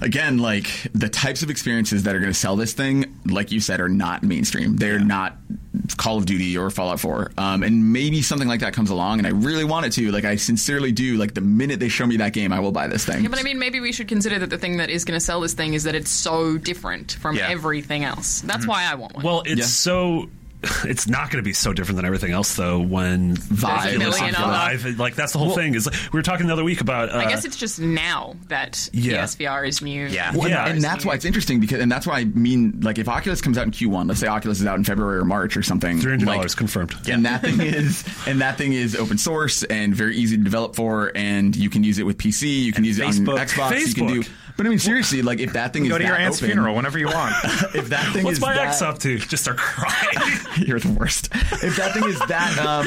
again, like, the types of experiences that are going to sell this thing, like you said, are not mainstream. They're not Call of Duty or Fallout 4, um, and maybe something like that comes along, and I really want it to. Like I sincerely do. Like the minute they show me that game, I will buy this thing. Yeah, but I mean, maybe we should consider that the thing that is going to sell this thing is that it's so different from Yeah. Mm-hmm. everything else. That's why I want one. Well, it's so. It's not going to be so different than everything else, though. When Vive. There's a million other- Vive, like that's the whole thing. Is like, we were talking the other week about. Uh, I guess it's just now that Yeah. PSVR is new. Yeah. Well, Yeah. and, and that's why it's interesting because, and that's why I mean, like, if Oculus comes out in Q1, let's say Oculus is out in February or March or something, three hundred dollars like, confirmed. and that thing is and that thing is open source and very easy to develop for and you can use it with PC you can use Facebook. it on Xbox you can Facebook. do but I mean seriously like if that thing is Go to that your aunt's open, funeral whenever you want. if that thing What's is my that, ex up to? Just start crying. you're the worst if that thing is that um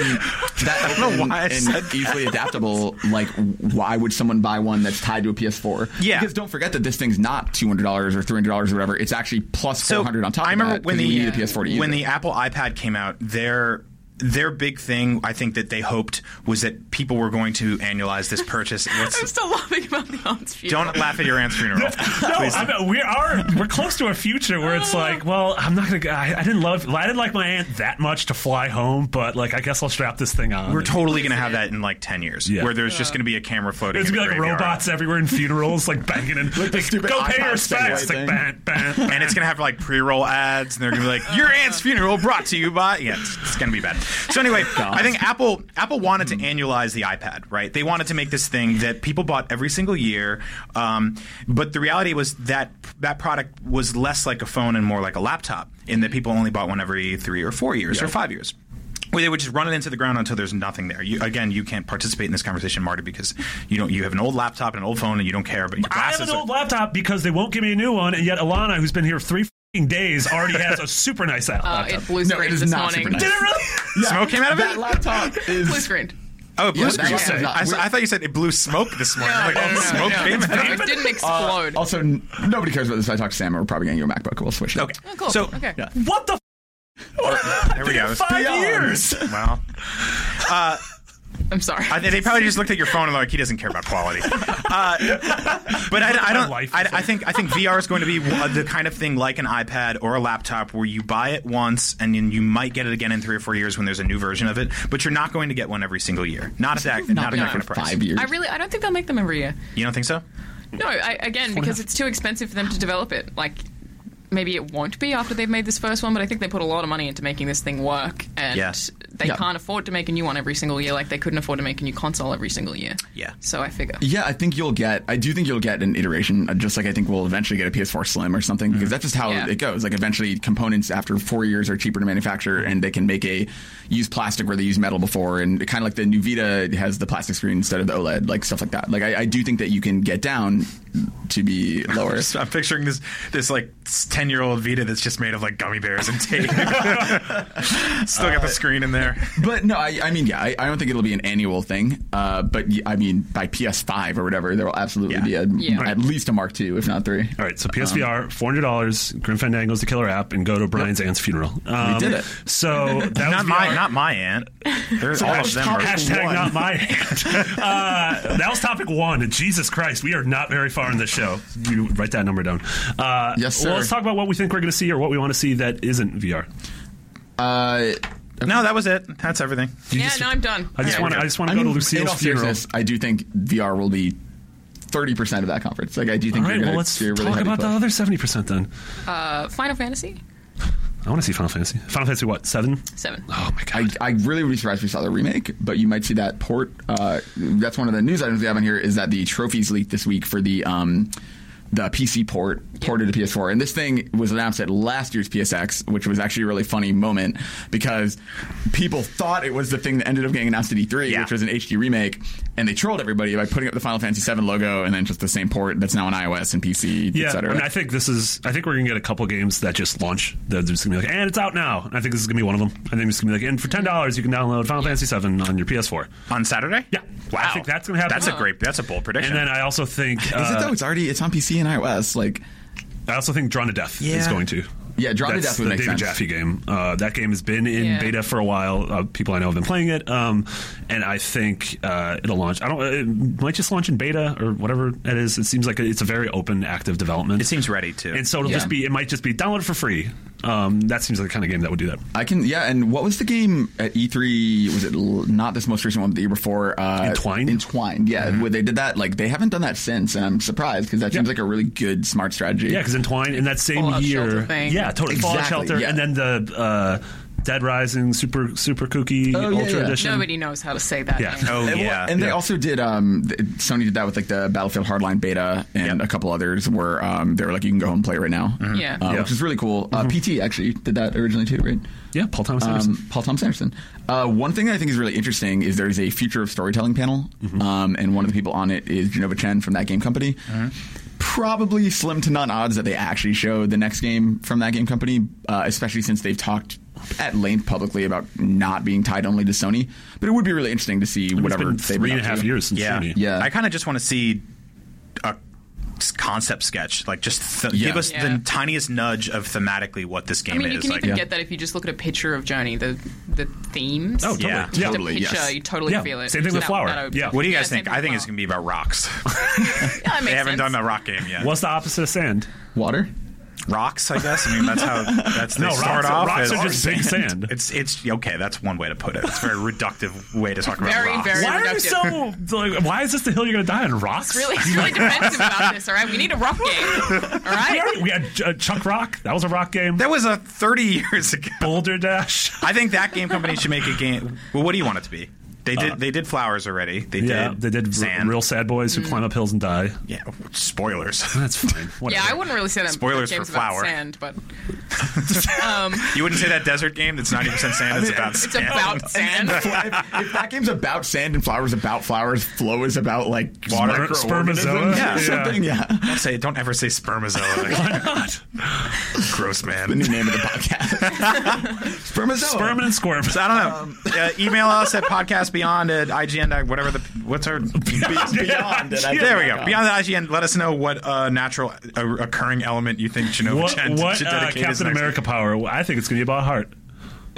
that know open why I and said that. easily adaptable like why would someone buy one that's tied to a PS4 Yeah. because don't forget that this thing's not $200 or $300 or whatever it's actually plus 400 on top I of remember that when 'cause the uh, you need a PS4 to use when it. the Apple iPad came out, their their big thing I think that they hoped was that people were going to annualize this purchase. What's- I'm still laughing about the aunt's funeral. don't laugh at your aunt's funeral. No, Please. I mean, we are we're close to a future where it's like, well, I'm not gonna. go- I, I didn't love. I didn't like my aunt that much to fly home, but like, I guess I'll strap this thing on. We're totally going to have that in like ten years, Yeah. where there's just going to be a camera floating. There's in gonna a be like graveyard. robots everywhere in funerals, like banging and like, stupid go pay iPod your respects. It's thing. like bang, bang. and it's gonna have like pre-roll ads, and they're gonna be like, "Your aunt's funeral brought to you by." Yeah, it's, it's gonna be bad. So anyway, I think Apple Apple wanted to annualize the iPad, right? They wanted to make this thing that people bought every single year, um, but the reality was that that product was less like a phone and more like a laptop, in that people only bought one every three or four years or five years. Well, they would just run it into the ground until there's nothing there. You, again, you can't participate in this conversation, Marty, because you don't. You have an old laptop and an old phone, and you don't care. But your I glasses have an are- old laptop because they won't give me a new one, and yet Alana, who's been here three fing days, already has a super nice app- Uh, laptop. it blue No, screened it is this not morning. super nice. Did it really? smoke came out of it. that laptop is Blue screened. Oh, blue Yeah, screen. that's- I, yeah, I, we're- thought you said it blew smoke this morning. I'm like, No, oh, no, no, smoke no. came out. It didn't explode. Also, n- nobody cares about this. I talked to Sam. We're probably getting you a MacBook. We'll switch. it. Okay. Oh, cool. So okay. Yeah. What the? F- there we go. Five Beyond. years. Well, I'm sorry. I think they probably just looked at your phone and they're like, he doesn't care about quality. Uh, but I, I don't. life I, is I think I think VR is going to be one- the kind of thing like an iPad or a laptop where you buy it once and then you might get it again in three or four years when there's a new version of it. But you're not going to get one every single year. Not at that. Not at been that out kind of for price. Five years. I really, I don't think they'll make them every year. You don't think so? No, I, again, because it's too expensive for them to develop it. Like, maybe it won't be after they've made this first one, but I think they put a lot of money into making this thing work, and Yeah. they Yeah. can't afford to make a new one every single year, like they couldn't afford to make a new console every single year. Yeah. So I figure. Yeah, I think you'll get. I do think you'll get an iteration. uh, Just like I think we'll eventually get a PS4 Slim or something, because that's just how Yeah. it goes. Like eventually, components after four years are cheaper to manufacture, and they can make a use plastic where they used metal before, and kind of like the new Vita has the plastic screen instead of the OLED, like stuff like that. Like I, I do think that you can get down to be lower. So I'm picturing this this like ten year old Vita that's just made of like gummy bears and tape. Still Uh, got the screen in there. But no, I, I mean, yeah, I, I don't think it'll be an annual thing. Uh, but y- I mean, by PS5 or whatever, there will absolutely Yeah. be a, Yeah. at least a Mark II, if not three. All right, so PSVR, four hundred dollars. Grim Fandango's the killer app, and go to Brian's aunt's funeral. Um, did it. So that Not was my, VR. not my aunt. There's all of them. Are, Hashtag one. not my hand. Uh, that was topic one. Jesus Christ, we are not very far in this show. You write that number down. Uh, Yes, sir. Well, let's talk about what we think we're going to see or what we want to see that isn't VR. Uh, no, that was it. That's everything. You yeah, just- no, I'm done. I just Alright. want to. I just want I to go to mean, in Lucille's all funeral. seriousness, I do think VR will be thirty percent of that conference. Like I do All think. right, you're well, gonna let's see a talk really heavy about the push. other seventy percent then. Uh, Final Fantasy I want to see Final Fantasy. Final Fantasy what seven? Seven. Oh my god! I, I really would be surprised if we saw the remake, but you might see that port. Uh, that's one of the news items we have on here is that the trophies leaked this week for the um, the PC port ported to PS4, and this thing was announced at last year's PSX, which was actually a really funny moment because people thought it was the thing that ended up getting announced at E3, Yeah. which was an HD remake, and they trolled everybody by putting up the Final Fantasy VII logo and then just the same port that's now on iOS and PC, yeah, etc. and I think this is. I think we're gonna get a couple games that just launch. They're just gonna be like, and it's out now. And I think this is gonna be one of them. I think it's gonna be like, and for ten dollars, you can download Final Fantasy VII on your PS4. On Saturday? Yeah. Wow. I think that's gonna happen. That's a great. That's a bold prediction. And then I also think Is it uh, though? It's already it's on PC and iOS. Like, I also think Drawn to Death is Yeah. going to. Yeah, Drawn to That's Death would the make David sense. Jaffe game. Uh, that game has been in Yeah. beta for a while. Uh, people I know have been playing it, um, and I think uh, it'll launch. I don't. It might just launch in beta or whatever it is. It seems like it's a very open, active development. it seems ready too. and so it'll Yeah. just be. It might just be download for free. Um, that seems like the kind of game that would do that. I can, yeah. And what was the game at E3? Was it l- not this most recent one, but the year before? Uh, Entwined? Mm-hmm. Entwined, yeah. Where they did that. Like they haven't done that since, and I'm surprised because that seems Yeah. like a really good, smart strategy. Yeah, because Entwine in that same Fallout year, Shelter thing. yeah, totally Fallout Exactly, Shelter, yeah. and then the uh, Dead Rising Super Super Kooky Oh, yeah, Ultra yeah. Edition. Nobody knows how to say that. Yeah. name. Oh And, well, yeah, and they yeah. also did. Um, th- Sony did that with like the Battlefield Hardline beta and Yep. a couple others where um, they were like, you can go home and play it right now. Yeah. Uh, Mm-hmm. Yeah. Mm-hmm. which is really cool. Uh, PT actually did that originally too, right? yeah, Paul Thomas Anderson. Um, Paul Thomas Anderson. Uh, one thing that I think is really interesting is there's a future of storytelling panel, Mm-hmm. um, and one of the people on it is Genova Chen from that game company. Uh-huh. Probably slim to none odds that they actually show the next game from that game company, uh, especially since they've talked at length publicly about not being tied only to Sony. But it would be really interesting to see whatever it's been they've three been and a up half to. years since yeah. Sony. Yeah. I kind of just want to see a s- concept sketch, like just th- Yeah. give us Yeah. the tiniest nudge of thematically what this game I mean, you is. can like, even get that if you just look at a picture of Journey. The the themes. Oh, totally. Yeah. Yeah. Just Totally, a picture, yes. you totally Yeah. feel it. Same thing with That- Flower. that I would- Yeah. What do you guys same think? thing I with think it's Flower. going to be about rocks. Yeah, that they makes haven't sense. done the rock game yet. What's the opposite of sand? Water. Rocks, I guess. I mean, that's how that's they no, start rocks, are- off. rocks as- are just big sand. It's it's okay. That's one way to put it. It's a very reductive way to talk about Very, rocks. very- Why are you so? Like, why is this the hill you're going to die on? Rocks? Really, it's really defensive about this. All right, we need a rock game. All We, right. already- we had uh, Chuck Rock. That was a rock game. That was a 30 years ago. Boulder Dash. I think that game company should make a game. Well, what do you want it to be? They did. they did flowers already. They Uh, Yeah, did. they did r- sand. real sad boys Mm. who climb up hills and die. Yeah. Spoilers. That's fine. Yeah, Whatever. I wouldn't really say that. Spoilers game's for about Flower. Sand, but um, you wouldn't say that desert game that's 90% sand is about it's sand. about sand. if, if that game's about sand and flowers about flowers, flow is about like Water. Spermazoa. Yeah. or something. Yeah. Don't say. Don't ever say spermazoa. Why not? Gross man. The new name of the podcast. Spermazoa. Sperm and squirm. So I Um, don't know. Uh, email us at podcastbeyond at IGN. dot- uh, Whatever the what's our Beyond it, I think. there we go beyond the IGN. Let us know what uh, natural uh, occurring element you think Genova What, Chen what should uh, dedicate his Captain next- America power? I think it's going to be about heart.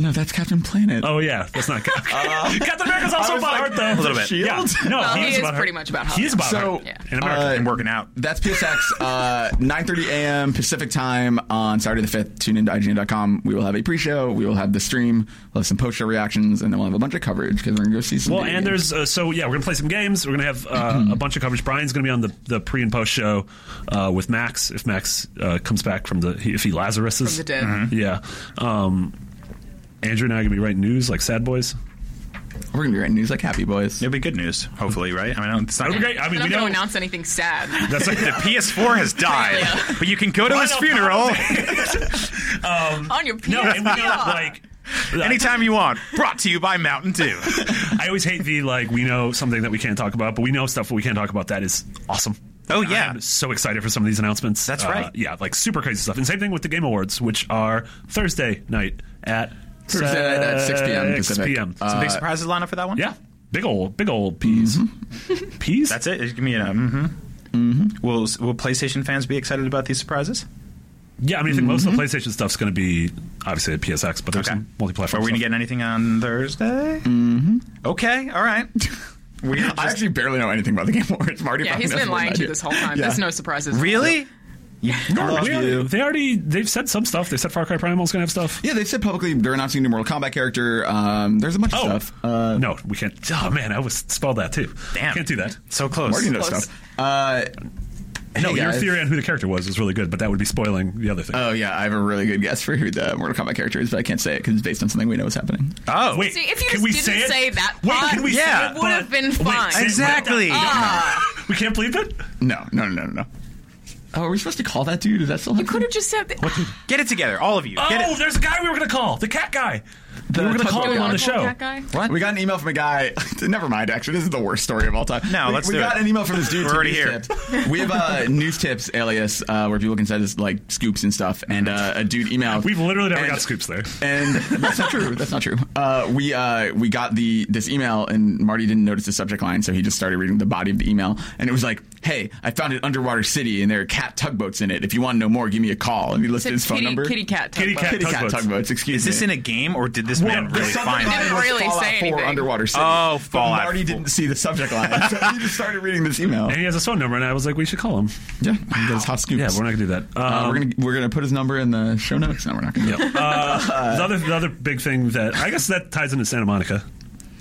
No, that's Captain Planet. Oh yeah, that's not good. Captain America's also was about like, heart though. A little bit. Yeah. No, Well, he, he is is about pretty heart. much about heart. He's about So, heart Yeah. in America. and working out. That's PSX, uh, 9.30 a.m. Pacific time on Saturday the 5th. Tune in to IGN.com. We will have a pre-show. We will have the stream. We'll have some post-show reactions, and then we'll have a bunch of coverage because we're going to go see some Well, video and games. there's uh, so yeah, we're gonna play some games. We're gonna have uh, a bunch of coverage. Brian's gonna be on the, the pre and post show uh, with Max if Max uh, comes back from the if he Lazarus is From the dead. Mm-hmm. Yeah, um, Andrew and I are gonna be writing news like Sad Boys. We're going to be writing news like Happy Boys. It'll be good news, hopefully, right? I mean, it's not. That'd be great. I mean, I'm we not going know to announce anything sad. that's like The PS4 has died, Yeah. but you can go to his funeral On your PSVR. no, and we know like. anytime you want. Brought to you by Mountain Dew. I always hate the like we know something that we can't talk about, but we know stuff we can't talk about that is awesome. Oh, And yeah. I'm so excited for some of these announcements. That's Uh, right. Yeah, like super crazy stuff. And same thing with the Game Awards, which are Thursday night at Thursday night at 6 p.m. Pacific. p.m. Uh, Some big surprises lined up for that one. yeah, big old big old peas, Mm-hmm. peas. that's it. Give me a. Mm-hmm. Will Will PlayStation fans be excited about these surprises? yeah. I mean, I think most of the PlayStation stuff's going to be obviously at PSX, but there's Okay. some multi-platform. Are we gonna stuff. get anything on Thursday? Okay. All right. We I just- actually barely know anything about the Game Awards. Marty Yeah, probably he's knows been more lying than I to do. you this whole time. Yeah. There's no surprises. really. No, Love we already- you. they already they've said some stuff. They said Far Cry Primal's going to have stuff. Yeah, they said publicly they're announcing a new Mortal Kombat character. Um, there's a bunch of Oh stuff. Uh, no, we can't. Oh man, I was spelled that too. Damn. can't do that. So close. Marty knows Close. stuff. Uh, No, hey, your guys. theory on who the character was is really good, but that would be spoiling the other thing. Oh yeah, I have a really good guess for who the Mortal Kombat character is, but I can't say it because it's based on something we know is happening. Oh Wait, See, if you can just we didn't say, it? say that Wait, part, can we Yeah. say it but- would have been wait, fine. say it, Exactly. Oh. Ah, but- We can't believe it. No, no, no, no, no. Oh, are we supposed to call that dude? Is that still? You could have just said that. Get it together, all of you. Get Oh, it. there's a guy we were going to call, the cat guy. The we were going to tugboat call him guy. on the show. That guy? We got an email from a guy. Never mind. Actually, this is the worst story of all time. No, we, let's We do got it. an email from this dude. We're to already news here. Tips. We have uh, news tips alias uh, where people can send us like scoops and stuff. And uh, a dude emailed. We've literally never and- got scoops there. And that's not true. That's not true. Uh, we uh, we got the this email and Marty didn't notice the subject line, so he just started reading the body of the email, and it was like, "Hey, I found an underwater city, and there are cat tugboats in it. If you want to know more, give me a call." And he listed his phone kitty, number. kitty cat. Kitty tugboat. cat. Kitty cat tugboats. tugboats. Excuse Is this me. in a game or did this man there's really something find about it? it. really Fallout say 4 anything. underwater city. Oh, Fallout But 4. Marty didn't see the subject line, so he just started reading this email. And he has his phone number, and I was like, we should call him. Yeah, wow. his hot scoops. Yeah, we're not gonna do that. Uh, Um, we're gonna we're gonna put his number in the show notes. No, we're not gonna. uh, the other the other big thing that I guess that ties into Santa Monica.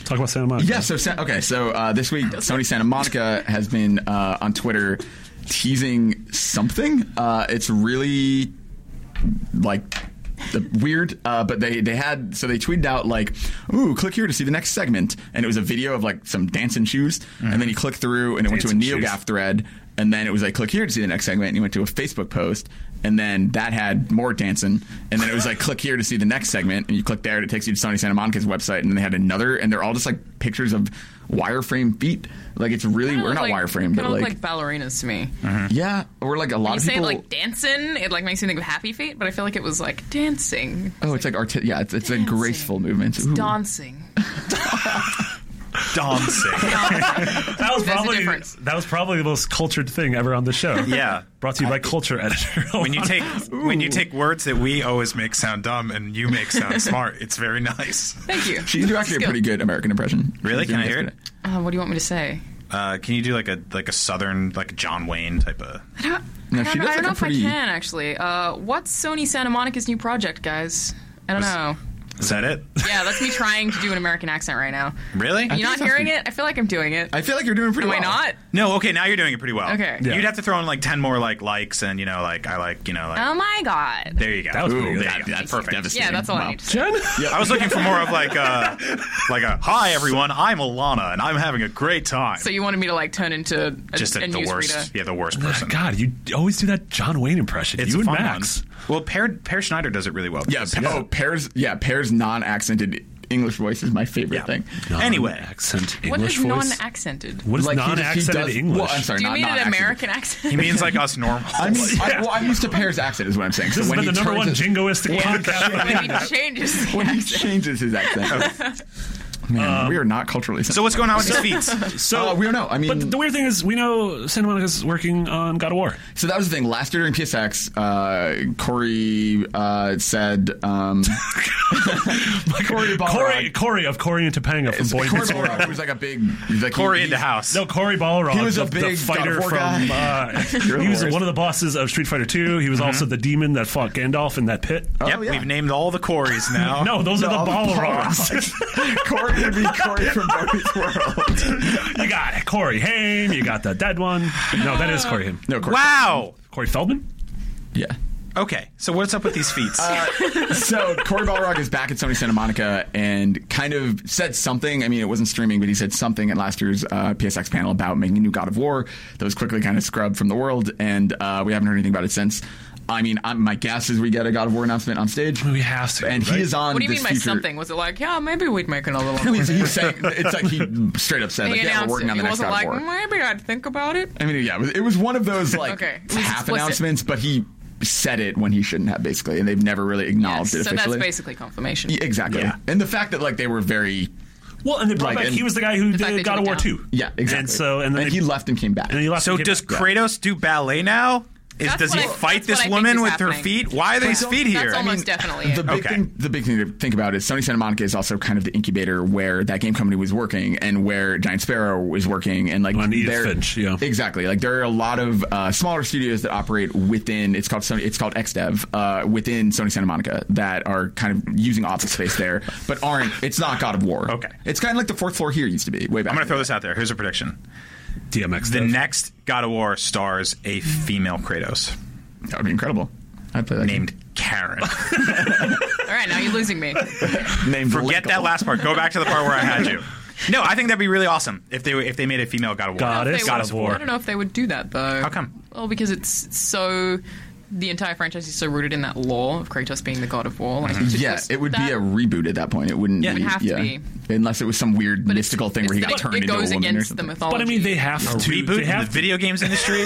Talk about Santa Monica. Yeah. So Sa- okay. So uh, this week, Sony Santa Monica has been uh, on Twitter teasing something. Uh, it's really like the- weird, uh, but they they had so they tweeted out like, "Ooh, click here to see the next segment," and it was a video of like some dancing shoes, and then you click through, and it went to a Mm-hmm. Dancing NeoGaf shoes. thread, and then it was like, "Click here to see the next segment," and you went to a Facebook post. And then that had more dancing, and then it was like click here to see the next segment, and you click there, and it takes you to Sony Santa Monica's website, and then they had another, and they're all just like pictures of wireframe feet, like it's really Kinda we're look not like- wireframe, kinda but look like, Mm-hmm. like ballerinas to me. yeah, we're like a lot You of say people like dancing, it like makes me think of Happy Feet, but I feel like it was like dancing, Oh, it's like arti- yeah, it's, it's a Dancing. graceful movement. Ooh. dancing. Dancing. that was There's a probably difference. that was probably the most cultured thing ever on the show. Yeah. Brought to you by Culture Editor. When you take when you take words that we always make sound dumb and you make sound smart, it's very nice. Thank you. She did actually a pretty good American impression. Really? She Can was I doing hear yesterday. Uh, what do you want me to say? Uh, can you do like a like a southern like a John Wayne type of? I No, don't, she know- does I don't like know a if pretty. I can actually. Uh, what's Sony Santa Monica's new project, guys? I don't know. Is that it? Yeah, that's me trying to do an American accent right now. Really? You're not sounds hearing pretty- it? I feel like I'm doing it. I feel like you're doing pretty Am I well. not? No. Okay. Now you're doing it pretty well. Okay. Yeah. You'd have to throw in like ten more like likes and you know like I like you know like Oh my god. there you go. That was pretty Ooh, good. There you that, go. that's Perfect. devastating. Yeah, that's all I Wow. need to say. Jen? I was looking for more of like a like a hi everyone. I'm Alana and I'm having a great time. So you wanted me to like turn into a, Just a like the news worst. reader? Yeah, the worst Ah, person. God, you always do that John Wayne impression. It's you a and fun Max. one. Well, Per Per Schneider does it really well. Yeah, pa- oh, Pear's yeah, Pear's non-accented English voice is my favorite thing. Anyway, accent What is English voice. non-accented? what is Like, he just- he non-accented does- English? Well, I'm sorry, Do you not mean an non-accented. American accent? he means like us normal. I mean, I, well, I'm used to Pear's accent, is what I'm saying. This so has when been he the number turns one his- jingoistic podcast. When he changes the when he accent. changes his accent. Man, we are not culturally. so what's going on with his feet? Oh, So Uh, we don't know. I mean- but Um, the weird thing is, we know Santa Monica's working on God of War. So that was the thing. Last year during PSX, uh, Corey uh, said um, Corey Corey, Balrog. Corey of Corey and Topanga from Boy Corey Meets World. Balrog was like a big like Corey he- in the house. No, Corey Balrog. He was the, a the big fighter God of War from. guy. Uh, You're Mm-hmm. he was the worst. one of the bosses of Street Fighter Two. He was also the demon that fought Gandalf in that pit. Yep, Oh, yeah. we've named all the Corys now. no, those all are the the Balrogs. Balrogs. Corey would be Corey from Barney's World. you got it, Corey Haim. You got the dead one. No, that is Corey Haim. No, Corey. Wow. Corey Feldman. Yeah. Okay, so what's up with these feet? Uh, So Corey Balrog is back at Sony Santa Monica and kind of said something. I mean, it wasn't streaming, but he said something at last year's uh, PSX panel about making a new God of War that was quickly kind of scrubbed from the world, and uh, we haven't heard anything about it since. I mean, i my guess is we get a God of War announcement on stage. We have to, and right? he is on. What do you this mean by future- something? Was it like, yeah, maybe we'd make another one? I mean, so he's saying it's like he straight up said, He like, "Yeah, announced we're working it. on the He next wasn't God of like, War." maybe I'd think about it. I mean, yeah, it was, it was one of those like Okay, it was half explicit. announcements, but he said it when he shouldn't have, basically, and they've never really acknowledged Yes, it so that's officially. basically confirmation. Yeah, exactly, Yeah. and the fact that like they were very Well, and they brought Like, back. and- He was the guy who fact they did God of War took it Two. down. yeah, exactly, And so, and then they, he left and came back. and he left. so and came does back. Kratos do ballet now? Is, That's does he what I- fight that's this what I think woman is with her happening. feet? Why are these feet here? That's I mean, almost definitely The it. big Okay. thing, the big thing to think about is Sony Santa Monica is also kind of the incubator where that game company was working and where Giant Sparrow is working, and like And Edith there- Finch, yeah. exactly. Like there are a lot of uh, smaller studios that operate within it's called Sony, it's called XDev uh, within Sony Santa Monica that are kind of using office space there, but aren't. It's not God of War. Okay. it's kind of like the fourth floor here used to be way back. I'm going to throw this out there. Here's a prediction. DMX. The does. next God of War stars a female Kratos that would be incredible. I'd play that named Karen. All right, now you're losing me. game. Named Forget that Lickable. last part. Go back to the part where I had you. No, I think that'd be really awesome if they if they made a female God of War. God. They Goddess would- God of War. I don't know if they would do that though. How come? Well, because it's so the entire franchise is so rooted in that lore of Kratos being the god of war. Like, it's Mm-hmm. Yeah, just it would that- be a reboot at that point. It wouldn't. Yeah. It be, would have to yeah. be. Unless it was some weird but it's- mystical thing it's where he that got it- turned it into a goes woman or against the something. mythology. But I mean, they have to. Reboot they in the have video games industry.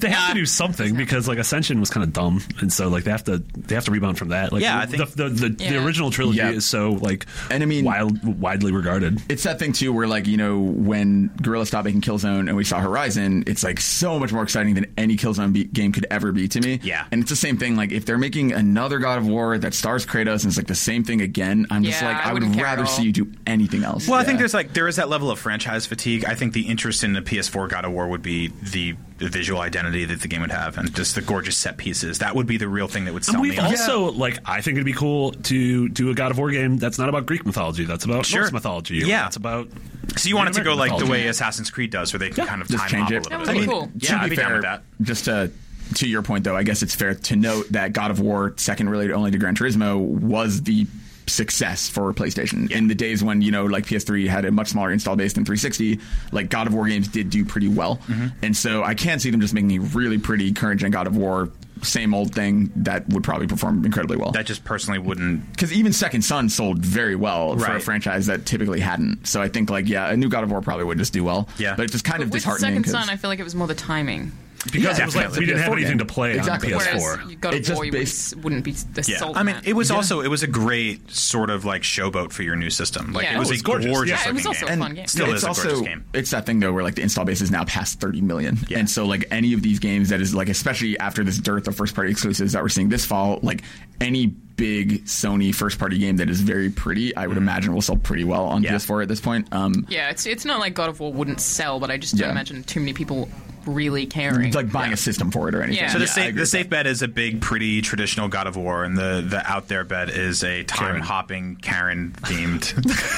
they have to do something because like Ascension was kind of dumb, and so like they have to they have to rebound from that. Like Yeah, I the, think- the, the, the Yeah. original trilogy Yeah. is so like And I mean- wild, widely regarded. it's that thing too where like you know when Gorilla stopped making Killzone and we saw Horizon, it's like so much more exciting than any Killzone be- game could ever be to me. Yeah. and it's the same thing. Like if they're making another God of War that stars Kratos and it's like the same thing again, I'm just Yeah, like I I, would wouldn't care at rather all. see you do anything else. Well, I Yeah. think there's like there is that level of franchise fatigue. I think the interest in the PS4 God of War would be the, the visual identity that the game would have, and just the gorgeous set pieces. That would be the real thing that would sell And me. we've on it. also like I think it'd be cool to do a God of War game that's not about Greek mythology. That's about Sure. Norse mythology. or Yeah. that's about so you want it to go American like the mythology. way Assassin's Creed does, where they can kind of Just time change hop it. a little That bit. would be cool. Yeah, to I'd be be fair, down with that. just to to your point though, I guess it's fair to note that God of War second related only to Gran Turismo was the success for PlayStation in the days when you know like PS3 had a much smaller install base than 360. Like God of War games did do pretty well, Mm-hmm. and so I can see them just making a really pretty current gen God of War same old thing that would probably perform incredibly well. That just personally wouldn't. Because even Second Son sold very well for a Right. franchise that typically hadn't. So I think like yeah, a new God of War probably would just do well. Yeah. but it's just kind of With disheartening. Second 'cause- Son, I feel like it was more the timing. because it was like definitely. we didn't have PS4 anything game. to play Exactly. on Whereas PS4. you God It of just War you based- wouldn't be the Yeah, sold I mean, that. it was also it was a great sort of like showboat for your new system. Like Yeah. it was Oh, a it's gorgeous. gorgeous, Yeah, it was looking also game. a fun game. Still it's is a also, gorgeous game. It's that thing though where like the install base is now past 30 million, and so like any of these games that is like especially after this dearth of first party exclusives that we're seeing this fall, like any big Sony first party game that is very pretty, I would imagine will sell pretty well on Mm-hmm. Yeah. PS4 at this point. Um, Yeah, it's it's not like God of War wouldn't sell, but I just don't Yeah. imagine too many people really caring. it's like buying a system for it or anything. Yeah. So the Yeah, I safe agree the with safe bet is a big, pretty traditional God of War, and the the out there bet is a time hopping Karen themed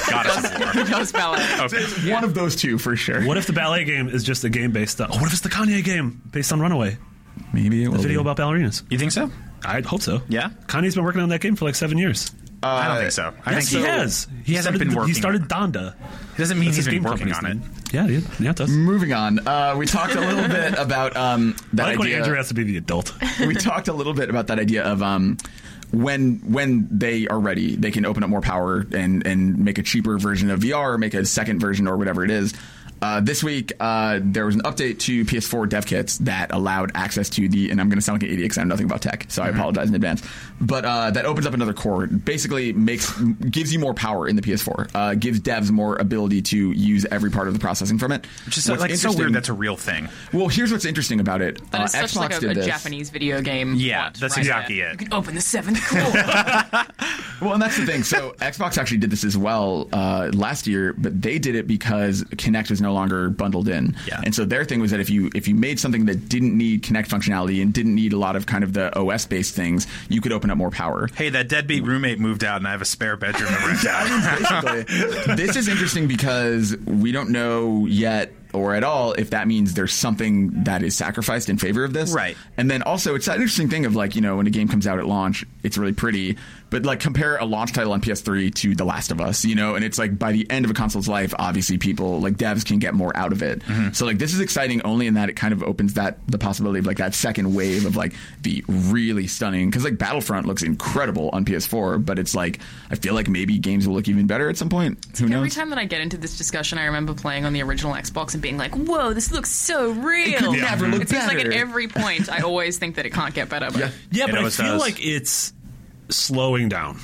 God of War. Oh. Those fellas. Okay. that. one of those two for sure. What if the ballet game is just a game based on? What if it's the Kanye game based on Runaway, Maybe it will the video be. about ballerinas? You think so? I'd hope so. Yeah? Kanye's been working on that game for like seven years. I don't think so. I yes, think he has. He, hasn't started, been working. He started Donda. It doesn't mean That's his he's been game working on company's name. it. Mm, Yeah, yeah, yeah, it does. Moving on, uh, we talked a little bit about um, that I like when idea. Andrew has to be the adult. we talked a little bit about that idea of um, when when they are ready, they can open up more power and and make a cheaper version of VR, or make a second version or whatever it is. Uh, this week, uh, there was an update to PS4 dev kits that allowed access to the, and I'm going to sound like an idiot because I know nothing about tech, so I Mm-hmm. apologize in advance. But uh, that opens up another core, basically makes gives you more power in the PS4, uh, gives devs more ability to use every part of the processing from it. Which is so, What's like so interesting- weird that's a real thing. well, here's what's interesting about it. That Uh, is such Xbox like a, did a this. Japanese video game. Yeah, plot that's right exactly there. it. You can open the seventh core. Well, and that's the thing. So Xbox actually did this as well uh, last year, but they did it because Kinect was no longer bundled in. Yeah. And so their thing was that if you if you made something that didn't need Kinect functionality and didn't need a lot of kind of the OS based things, you could open up more power. Hey, that deadbeat roommate moved out, and I have a spare bedroom to rent out. Basically, this is interesting because we don't know yet or at all if that means there's something that is sacrificed in favor of this. Right. And then also, it's that interesting thing of like, you know, when a game comes out at launch, it's really pretty. But like, compare a launch title on PS3 to The Last of Us, you know, and it's like by the end of a console's life, obviously people, like devs can get more out of it. Mm-hmm. So like, this is exciting only in that it kind of opens that, the possibility of like that second wave of like the really stunning, because like Battlefront looks incredible on PS4, but it's like, I feel like maybe games will look even better at some point. Who Every knows? time that I get into this discussion, I remember playing on the original Xbox and being like, "Whoa, this looks so real." It could never look seems like at better. every point, I always think that it can't get better. But Yeah. Yeah, It but I always feel does. like it's slowing down.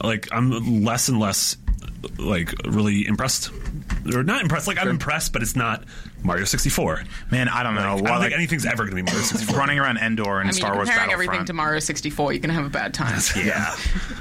Like I'm less and less like really impressed. Or not impressed. Like I'm impressed, but it's not Mario 64. Man, I don't know. I don't Well, think like, anything's ever going to be Mario 64. running around Endor and I mean, Star Wars comparing everything Battlefront. to Mario 64, you can have a bad time. yeah,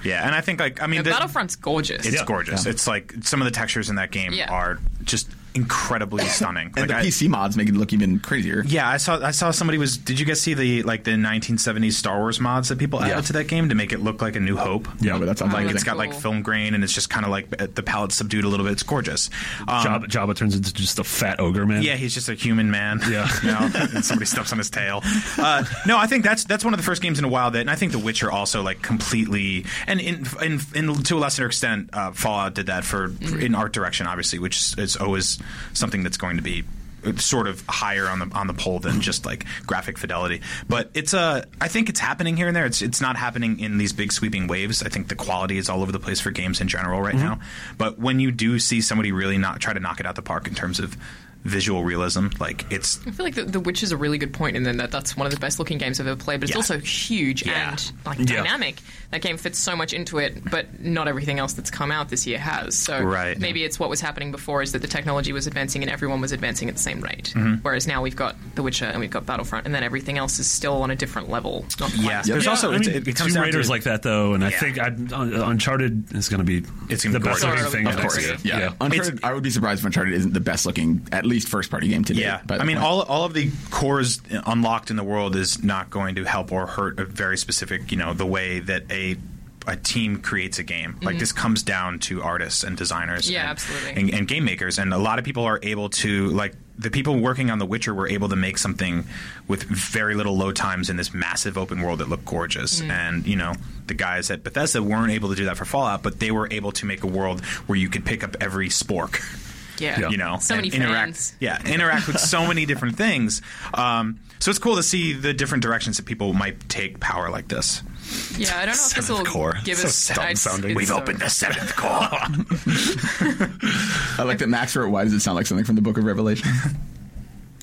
yeah, and I think like I mean, Yeah, the- Battlefront's gorgeous. it's Yeah. gorgeous. It's like some of the textures in that game Yeah. are just incredibly stunning. And like the I- PC mods make it look even crazier. Yeah, I saw. I saw somebody was. Did you guys see the like the 1970s Star Wars mods that people added Yeah. to that game to make it look like a New Hope? Yeah, but that sounds Uh, like amazing. it's got like Cool. film grain and it's just kind of like uh, the palette subdued a little bit. It's gorgeous. Um, Jabba, Jabba turns into just a fat ogre man. yeah, he's just a human man. Yeah. you know, and somebody steps on his tail. Uh, no, I think that's that's one of the first games in a while that, and I think The Witcher also like completely, and in, in, in to a lesser extent, uh, Fallout did that for in art direction, obviously, which is always something that's going to be sort of higher on the on the poll than just like graphic fidelity. But it's uh, I think it's happening here and there. It's it's not happening in these big sweeping waves. I think the quality is all over the place for games in general Mm-hmm. right now. But when you do see somebody really not try to knock it out the park in terms of visual realism, like it's I feel like the, the Witch is a really good point in then that that's one of the best looking games I've ever played, but it's Yeah. also huge Yeah. and like Yeah. dynamic. That game fits so much into it, but not everything else that's come out this year has. So Right. maybe it's what was happening before is that the technology was advancing and everyone was advancing at the same rate. Mm-hmm. Whereas now we've got The Witcher and we've got Battlefront, and then everything else is still on a different level. Not quite Yeah. as There's Yeah, also- I it's- mean, it- it comes Tomb down Raiders to- like that though, and I Yeah. think I, Un- Uncharted is going to be It's gonna the be best gorgeous. looking thing Of of next course, year. Yeah. Uncharted, I would be surprised if Uncharted isn't the best looking, at least first party game today. Yeah, I mean, all all of the cores unlocked in the world is not going to help or hurt a very specific, you know, the way that a a team creates a game. Like this comes down to artists and designers, Mm-hmm. Yeah, and, absolutely. and, and game makers, and a lot of people are able to like. The people working on The Witcher were able to make something with very little load times in this massive open world that looked gorgeous. Mm-hmm. And, you know, the guys at Bethesda weren't able to do that for Fallout, but they were able to make a world where you could pick up every spork Yeah. you know, so and many interact. fans. Yeah, interact with so many different things. Um, so it's cool to see the different directions that people might take power like this. Yeah, I don't know if this will Seventh core. give So us. dumb it's- sounding. it's We've so- opened the seventh core. I like that Max wrote, why does it sound like something from the book of Revelation?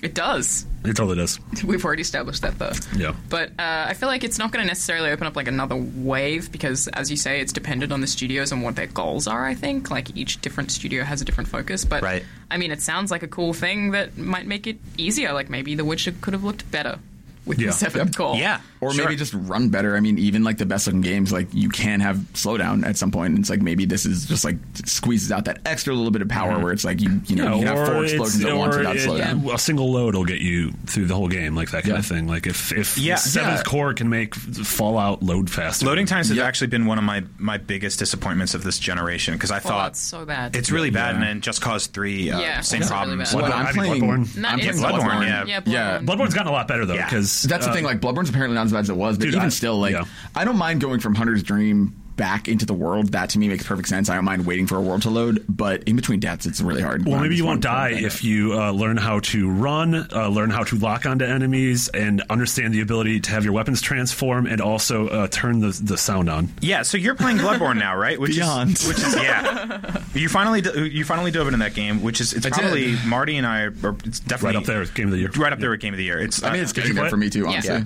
It does. It totally does. We've already established that though. Yeah. But uh, I feel like it's not going to necessarily open up like another wave because, as you say, it's dependent on the studios and what their goals are. I think like each different studio has a different focus. But Right. I mean, it sounds like a cool thing that might make it easier. Like maybe The Witcher could have looked better with Yeah. the seventh call. yeah, or sure. maybe just run better. I mean, even like the best looking games, like you can have slowdown at some point. And it's like maybe this is just like squeezes out that extra little bit of power where it's like you you know you can have four it's- explosions at once or without it- slowdown. a single load will get you through the whole game, like that kind Yeah. of thing. Like if if Yeah. the seventh Yeah. core can make Fallout load faster, Loading times has Yep. actually been one of my, my biggest disappointments of this generation because I thought Fallout's so bad. it's really bad, and then Just Cause Three, uh, Yeah, same Fallout's problem. really bad. What Bloodborne- I I'm mean, playing, Bloodborne. I'm it's playing Bloodborne, Bloodborne. yeah. yeah, Yeah. Bloodborne. Bloodborne's gotten a lot better though Yeah. because That's the uh, thing. Like Bloodborne's apparently not as bad as it was, but Dude, even I- still, like yeah. I don't mind going from Hunter's Dream back into the world. That to me makes perfect sense. I don't mind waiting for a world to load, but in between deaths, it's really hard. Well, I'm maybe just you won't die wondering- if you uh, learn how to run, uh, learn how to lock onto enemies, and understand the ability to have your weapons transform and also uh, turn the, the sound on. Yeah, so you're playing Bloodborne now, right? Which Beyond. is which is yeah. You finally do- you finally dove into that game, which is it's did. probably Marty and I are it's Right definitely up there with Game of the Year. Right up there with game of the year. It's I mean, it's uh, getting play there it? for me too. Yeah. Honestly, Yeah.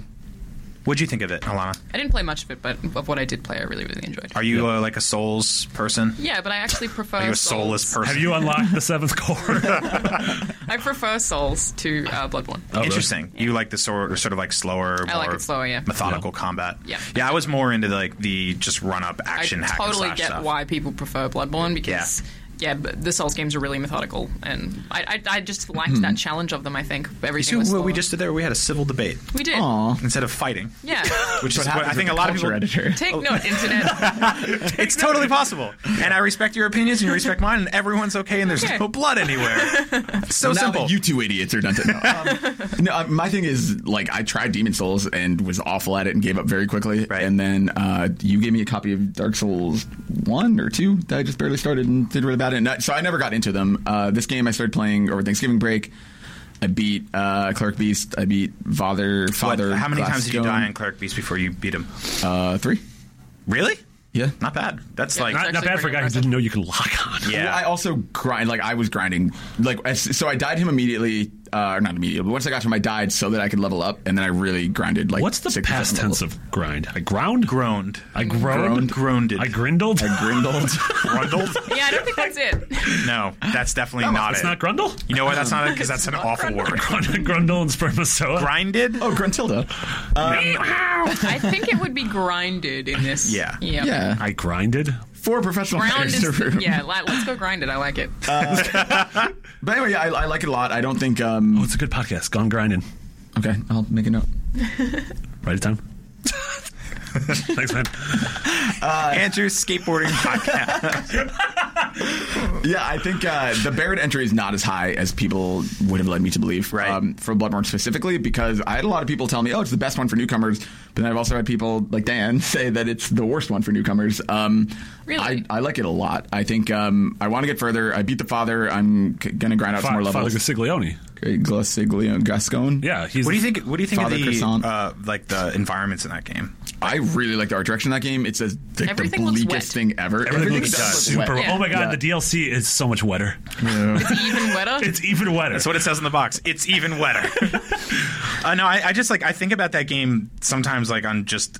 What'd you think of it, Alana? I didn't play much of it, but of what I did play, I really really enjoyed. Are you uh, like a Souls person? yeah, but I actually prefer Are you a soulless Souls. person? Have you unlocked the seventh core? I prefer Souls to uh, Bloodborne. Interesting. You like the sort, or sort of like slower, I more like it slower, yeah. methodical combat. Yeah. yeah. I was more into like the just run up action. I hack and totally slash get stuff. why people prefer Bloodborne because yeah, but the Souls games are really methodical, and I I, I just liked Hmm. that challenge of them. I think You everything see was what we slower. just did there? We had a civil debate we did. instead of fighting, Yeah, which is What Oh. what I happens with think the a lot of people. culture editor. Oh. take note, internet. It's totally possible, and I respect your opinions and you respect mine, and everyone's okay, and there's Okay. no blood anywhere. It's so now simple. that you two idiots are done. To, no, um, no, uh, my thing is like I tried Demon Souls and was awful at it and gave up very quickly. Right. And then uh, you gave me a copy of Dark Souls one or two that I just barely started and did really bad at. And I- So I never got into them. Uh, this game I started playing over Thanksgiving break. I beat uh, Clerk Beast. I beat Father What- Father. how many times did you Glassstone. die on Cleric Beast before you beat him? Uh, three. Really? Yeah. Not bad. That's Yeah, like not, not actually bad for a pretty guy who impressive. didn't know you could lock on. yeah. Well, I also grind. Like I was grinding. Like as, so, I died him immediately. Uh, or not immediately. But once I got to him, I died so that I could level up, and then I really grinded. Like What's the 60% past levels. tense of grind? I ground. groaned. I groaned. Groaned. Groaned. I grindled. Grindled. Grundled? yeah, I don't think that's it. No, that's definitely not It's it. not grundle. You know what? That's not it because that's an awful word. grundle and spermatozoa. Grinded? oh, Gruntilda. Uh, I think it would be grinded in this. Yeah. yeah, Yeah. I grinded. Four professional Ground players in a is room. yeah. Like, let's go grind it. I like it. Uh, But anyway, yeah, I, I like it a lot. I don't think. um It's a good podcast. Gone grinding. Okay, I'll make a note. Write it down. Thanks, man. Andrew's skateboarding podcast. Yeah, I think uh, the Barrett entry is not as high as people would have led me to believe. um, Right. for Bloodborne specifically, because I had a lot of people tell me, "Oh, it's the best one for newcomers," but then I've also had people like Dan say that it's the worst one for newcomers. Um, Really? I, I like it a lot. I think um, I want to get further. I beat the father. I'm c- gonna grind out some more Father levels. Gasiglione. Glaciglio Gascon. Yeah, he's What do you think? What do you think Father of the Croissant. uh, like the environments in that game? I really like the art direction of that game. It's a, like the Everything looks wet. bleakest thing ever. Everything Everything looks does look super. wet. wet. Oh my god, Yeah. the DLC is so much wetter. Even wetter. It's even wetter. That's what it says in the box. It's even wetter. uh, no, I, I just like I think about that game sometimes. Like on just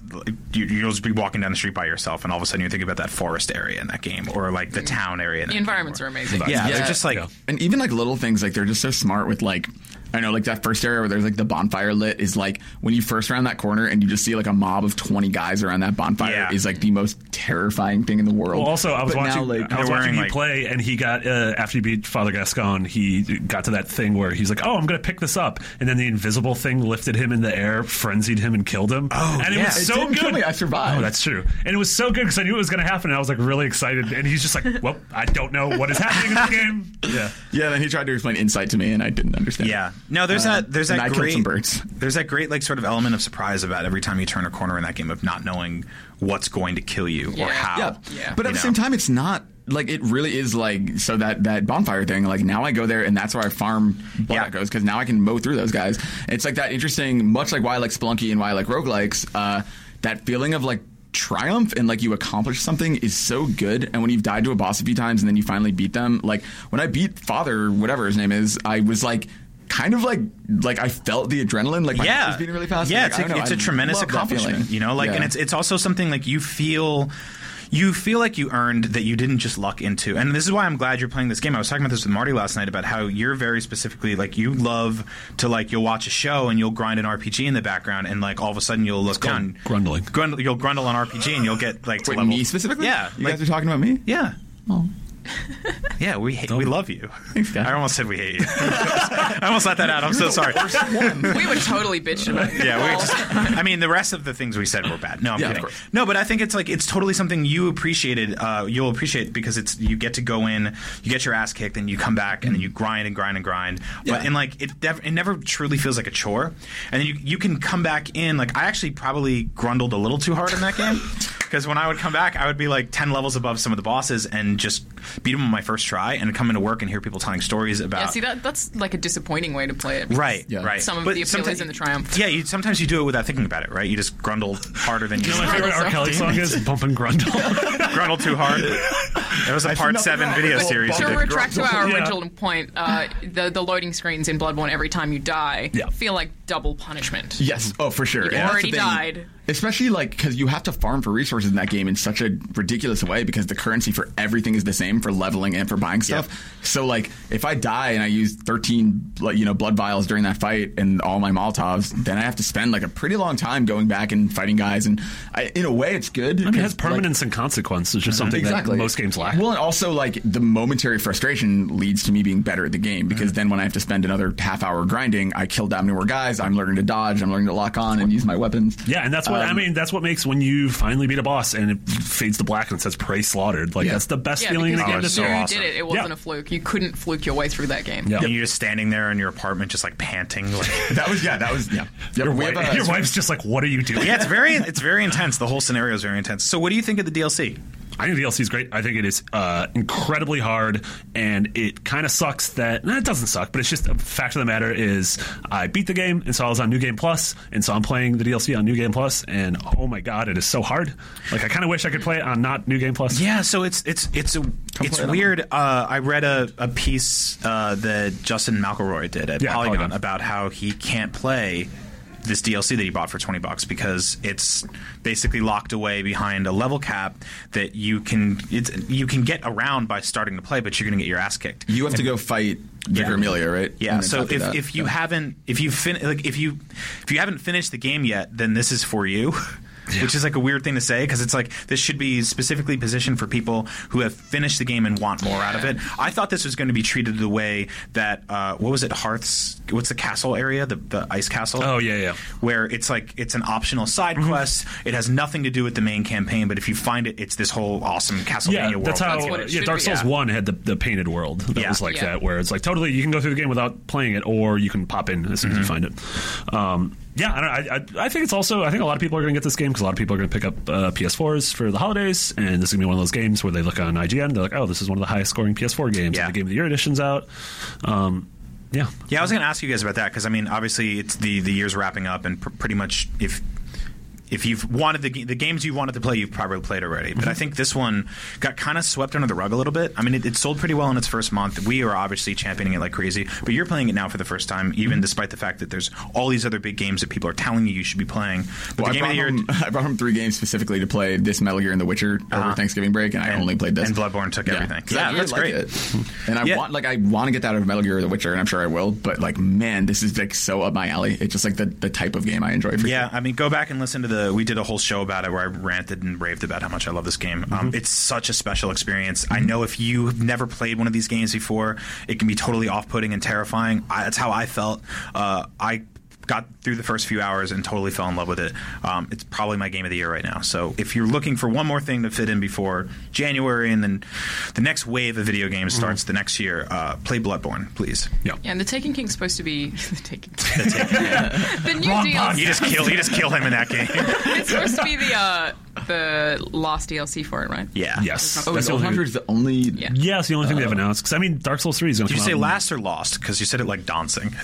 you, you'll just be walking down the street by yourself, and all of a sudden you think about that forest area in that game, or like Mm. the town area. In that the environments are game, amazing. or- Yeah, Yeah. they're just like Yeah. And even like little things, like they're just so smart with like. I know, like that first area where there's like the bonfire lit is like when you first round that corner and you just see like a mob of twenty guys around that bonfire Yeah. is like the most terrifying thing in the world. Well, also, I was But now, watching. like, I was they're watching wearing, you like- play, and he got uh, after you beat Father Gascon, he got to that thing where he's like, "Oh, I'm going to pick this up," and then the invisible thing lifted him in the air, frenzied him, and killed him. Oh, and it yeah. was It so didn't good. kill me, I survived. Oh, that's true. And it was so good because I knew it was going to happen, and I was like really excited. And he's just like, "Well, I don't know what is happening in this game." Yeah. yeah. Then he tried to explain insight to me and I didn't understand. Yeah. No, there's that. There's Um, and that I killed great. some birds. There's that great like sort of element of surprise about every time you turn a corner in that game of not knowing what's going to kill you or Yeah. how. Yeah. Yeah. But Oh, at You the know? same time, it's not like it really is like so that that bonfire thing. Like now I go there and that's where I farm blood Yeah. echoes because now I can mow through those guys. It's like that interesting, much like why I like Splunky and why I like roguelikes. Uh, that feeling of like triumph and like you accomplish something is so good and when you've died to a boss a few times and then you finally beat them like when i beat father whatever his name is i was like kind of like like i felt the adrenaline like my heart yeah, was beating really fast Yeah, Like, it's I don't a, know, it's I a tremendous love that accomplishment. feeling. You know, like, and Yeah. it's it's also something like you feel. You feel like you earned that you didn't just luck into, and this is why I'm glad you're playing this game. I was talking about this with Marty last night about how you're very specifically like you love to like you'll watch a show and you'll grind an RPG in the background, and like all of a sudden you'll look called down grundling. Grundle, you'll grundle on RPG and you'll get like to Wait, level me specifically Yeah, you like- guys are talking about me yeah. Oh. Yeah, we hate, we love you. Thanks, guys. I almost said we hate you. I almost let that out. I'm so sorry. we were totally bitching about it. Oh. Yeah, we just, I mean, the rest of the things we said were bad. No, I'm Yeah, of kidding. course. No, but I think it's like it's totally something you appreciated. Uh, you'll appreciate because it's you get to go in, you get your ass kicked, then you come back and then you grind and grind and grind. But Yeah. and like it, dev- it never truly feels like a chore. And then you you can come back in. Like I actually probably grundled a little too hard in that game. Because when I would come back, I would be like ten levels above some of the bosses and just beat them on my first try, and come into work and hear people telling stories about Yeah, see, that, that's like a disappointing way to play it. uh, Right, Yeah. right. Some of the appeal sometimes- is in the triumph. Yeah, you, sometimes you do it without thinking about it, right? You just grundle harder than you You know, my should. favorite R. Kelly song is "Bumpin' Grundle." grundle too hard. That was a part nothing seven wrong video with it. series. Well, I To did. retract to our Yeah. original point, uh, the the loading screens in Bloodborne every time you die Yeah. feel like double punishment. Yes. Oh, for sure. You've And that's already the thing. died. Especially like because you have to farm for resources in that game in such a ridiculous way because the currency for everything is the same for leveling and for buying stuff. So like if I die and I use thirteen like, you know blood vials during that fight and all my Molotovs, then I have to spend like a pretty long time going back and fighting guys. And I, in a way, it's I good. mean, it 'cause, has permanence and consequence, which is something Exactly. that most games lack. Well, and also like the momentary frustration leads to me being better at the game Mm-hmm. because then when I have to spend another half hour grinding, I kill damn near guys. I'm learning to dodge. I'm learning to lock on and use my weapons. Um, Yeah, and that's what I mean. That's what makes when you finally beat a boss and it fades to black and it says "prey slaughtered." Like Yeah. that's the best Yeah, feeling in because a game. you, That's so you awesome. did it. It wasn't Yeah. a fluke. You couldn't fluke your way through that game. Yeah. And you're just standing there in your apartment, just like panting. Like, That was yeah. That was yeah. Your, we wife- have a- your wife's just like, "What are you doing?" yeah, it's very, it's very intense. The whole scenario is very intense. So, what do you think of the DLC? I think the DLC is great. I think it is uh, incredibly hard, and it kind of sucks that nah, it doesn't suck, but it's just a fact of the matter is I beat the game, and so I was on New Game Plus, and so I'm playing the DLC on New Game Plus, and oh my god, it is so hard. Like I kind of wish I could play it on not New Game Plus. Yeah, so it's it's it's a, it's play it weird. Uh, I read a, a piece uh, that Justin McElroy did at Yeah, Polygon, Polygon. about how he can't play this DLC that he bought for twenty bucks because it's basically locked away behind a level cap that you can it's, you can get around by starting to play, but you're going to get your ass kicked. you have to go fight Vicar Yeah. Amelia, right? Yeah. And then So after if, that- if you yeah. haven't if you fin- like if you if you haven't finished the game yet, then this is for you. Which is like a weird thing to say because it's like this should be specifically positioned for people who have finished the game and want more out of it. I thought this was going to be treated the way that uh, what was it Hearth's what's the castle area the the ice castle Oh, yeah, Mm-hmm. yeah. where it's like it's an optional side quest it has nothing to do with the main campaign but if you find it it's this whole awesome Castlevania Yeah, world that's how. That's what it yeah, should Dark be, Souls yeah. One had the, the painted world that Yeah. was like Yeah. that, where it's like totally you can go through the game without playing it, or you can pop in as soon Mm-hmm. as you find it. Um, yeah, I, don't, I, I I think it's also I think a lot of people are going to get this game because a lot of people are going to pick up uh, PS4s for the holidays, and this is going to be one of those games where they look on IGN, they're like, oh, this is one of the highest scoring PS4 games, Yeah. and the Game of the Year edition's out. Um, Yeah. Yeah, I was going to ask you guys about that because I mean, obviously, it's the the year's wrapping up, and pr- pretty much if if you've wanted the g- the games you wanted to play, you've probably played already. But I Mm-hmm. think this one got kind of swept under the rug a little bit. I mean, it, it sold pretty well in its first month. We are obviously championing it like crazy, but you're playing it now for the first time, even Mm-hmm. despite the fact that there's all these other big games that people are telling you you should be playing. But Well, the I, game of brought the year home, I brought home three games specifically to play this Metal Gear and The Witcher over Thanksgiving break, and, I only played this. Uh-huh. and Bloodborne took everything. Yeah, I that's like great. it. And I Yeah. want, like, I want to get that out of Metal Gear or The Witcher, and I'm sure I will. But like, man, this is like so up my alley. It's just like the, the type of game I enjoy. For Yeah, sure. I mean, go back and listen to the. We did a whole show about it where I ranted and raved about how much I love this game. Um, it's such a special experience. I know if you have never played one of these games before, it can be totally off-putting and terrifying. I, that's how I felt. Uh, I got through the first few hours and totally fell in love with it. Um, it's probably my game of the year right now. So if you're looking for one more thing to fit in before January and then the next wave of video games starts the next year, uh, play Bloodborne, please. Yeah, and the Taken King's supposed to be the Taken King. the new Wrong button. DLC. You just kill. You just kill him in that game. It's supposed to be the uh, the last DLC for it, right? yeah. Yes. Oh, That's is the Old only Hunter thing- is the only. Yeah. Yeah, it's the only thing they've announced. Because I mean, Dark Souls Three is going to. Did you Um, say last or lost? Because you said it like dancing.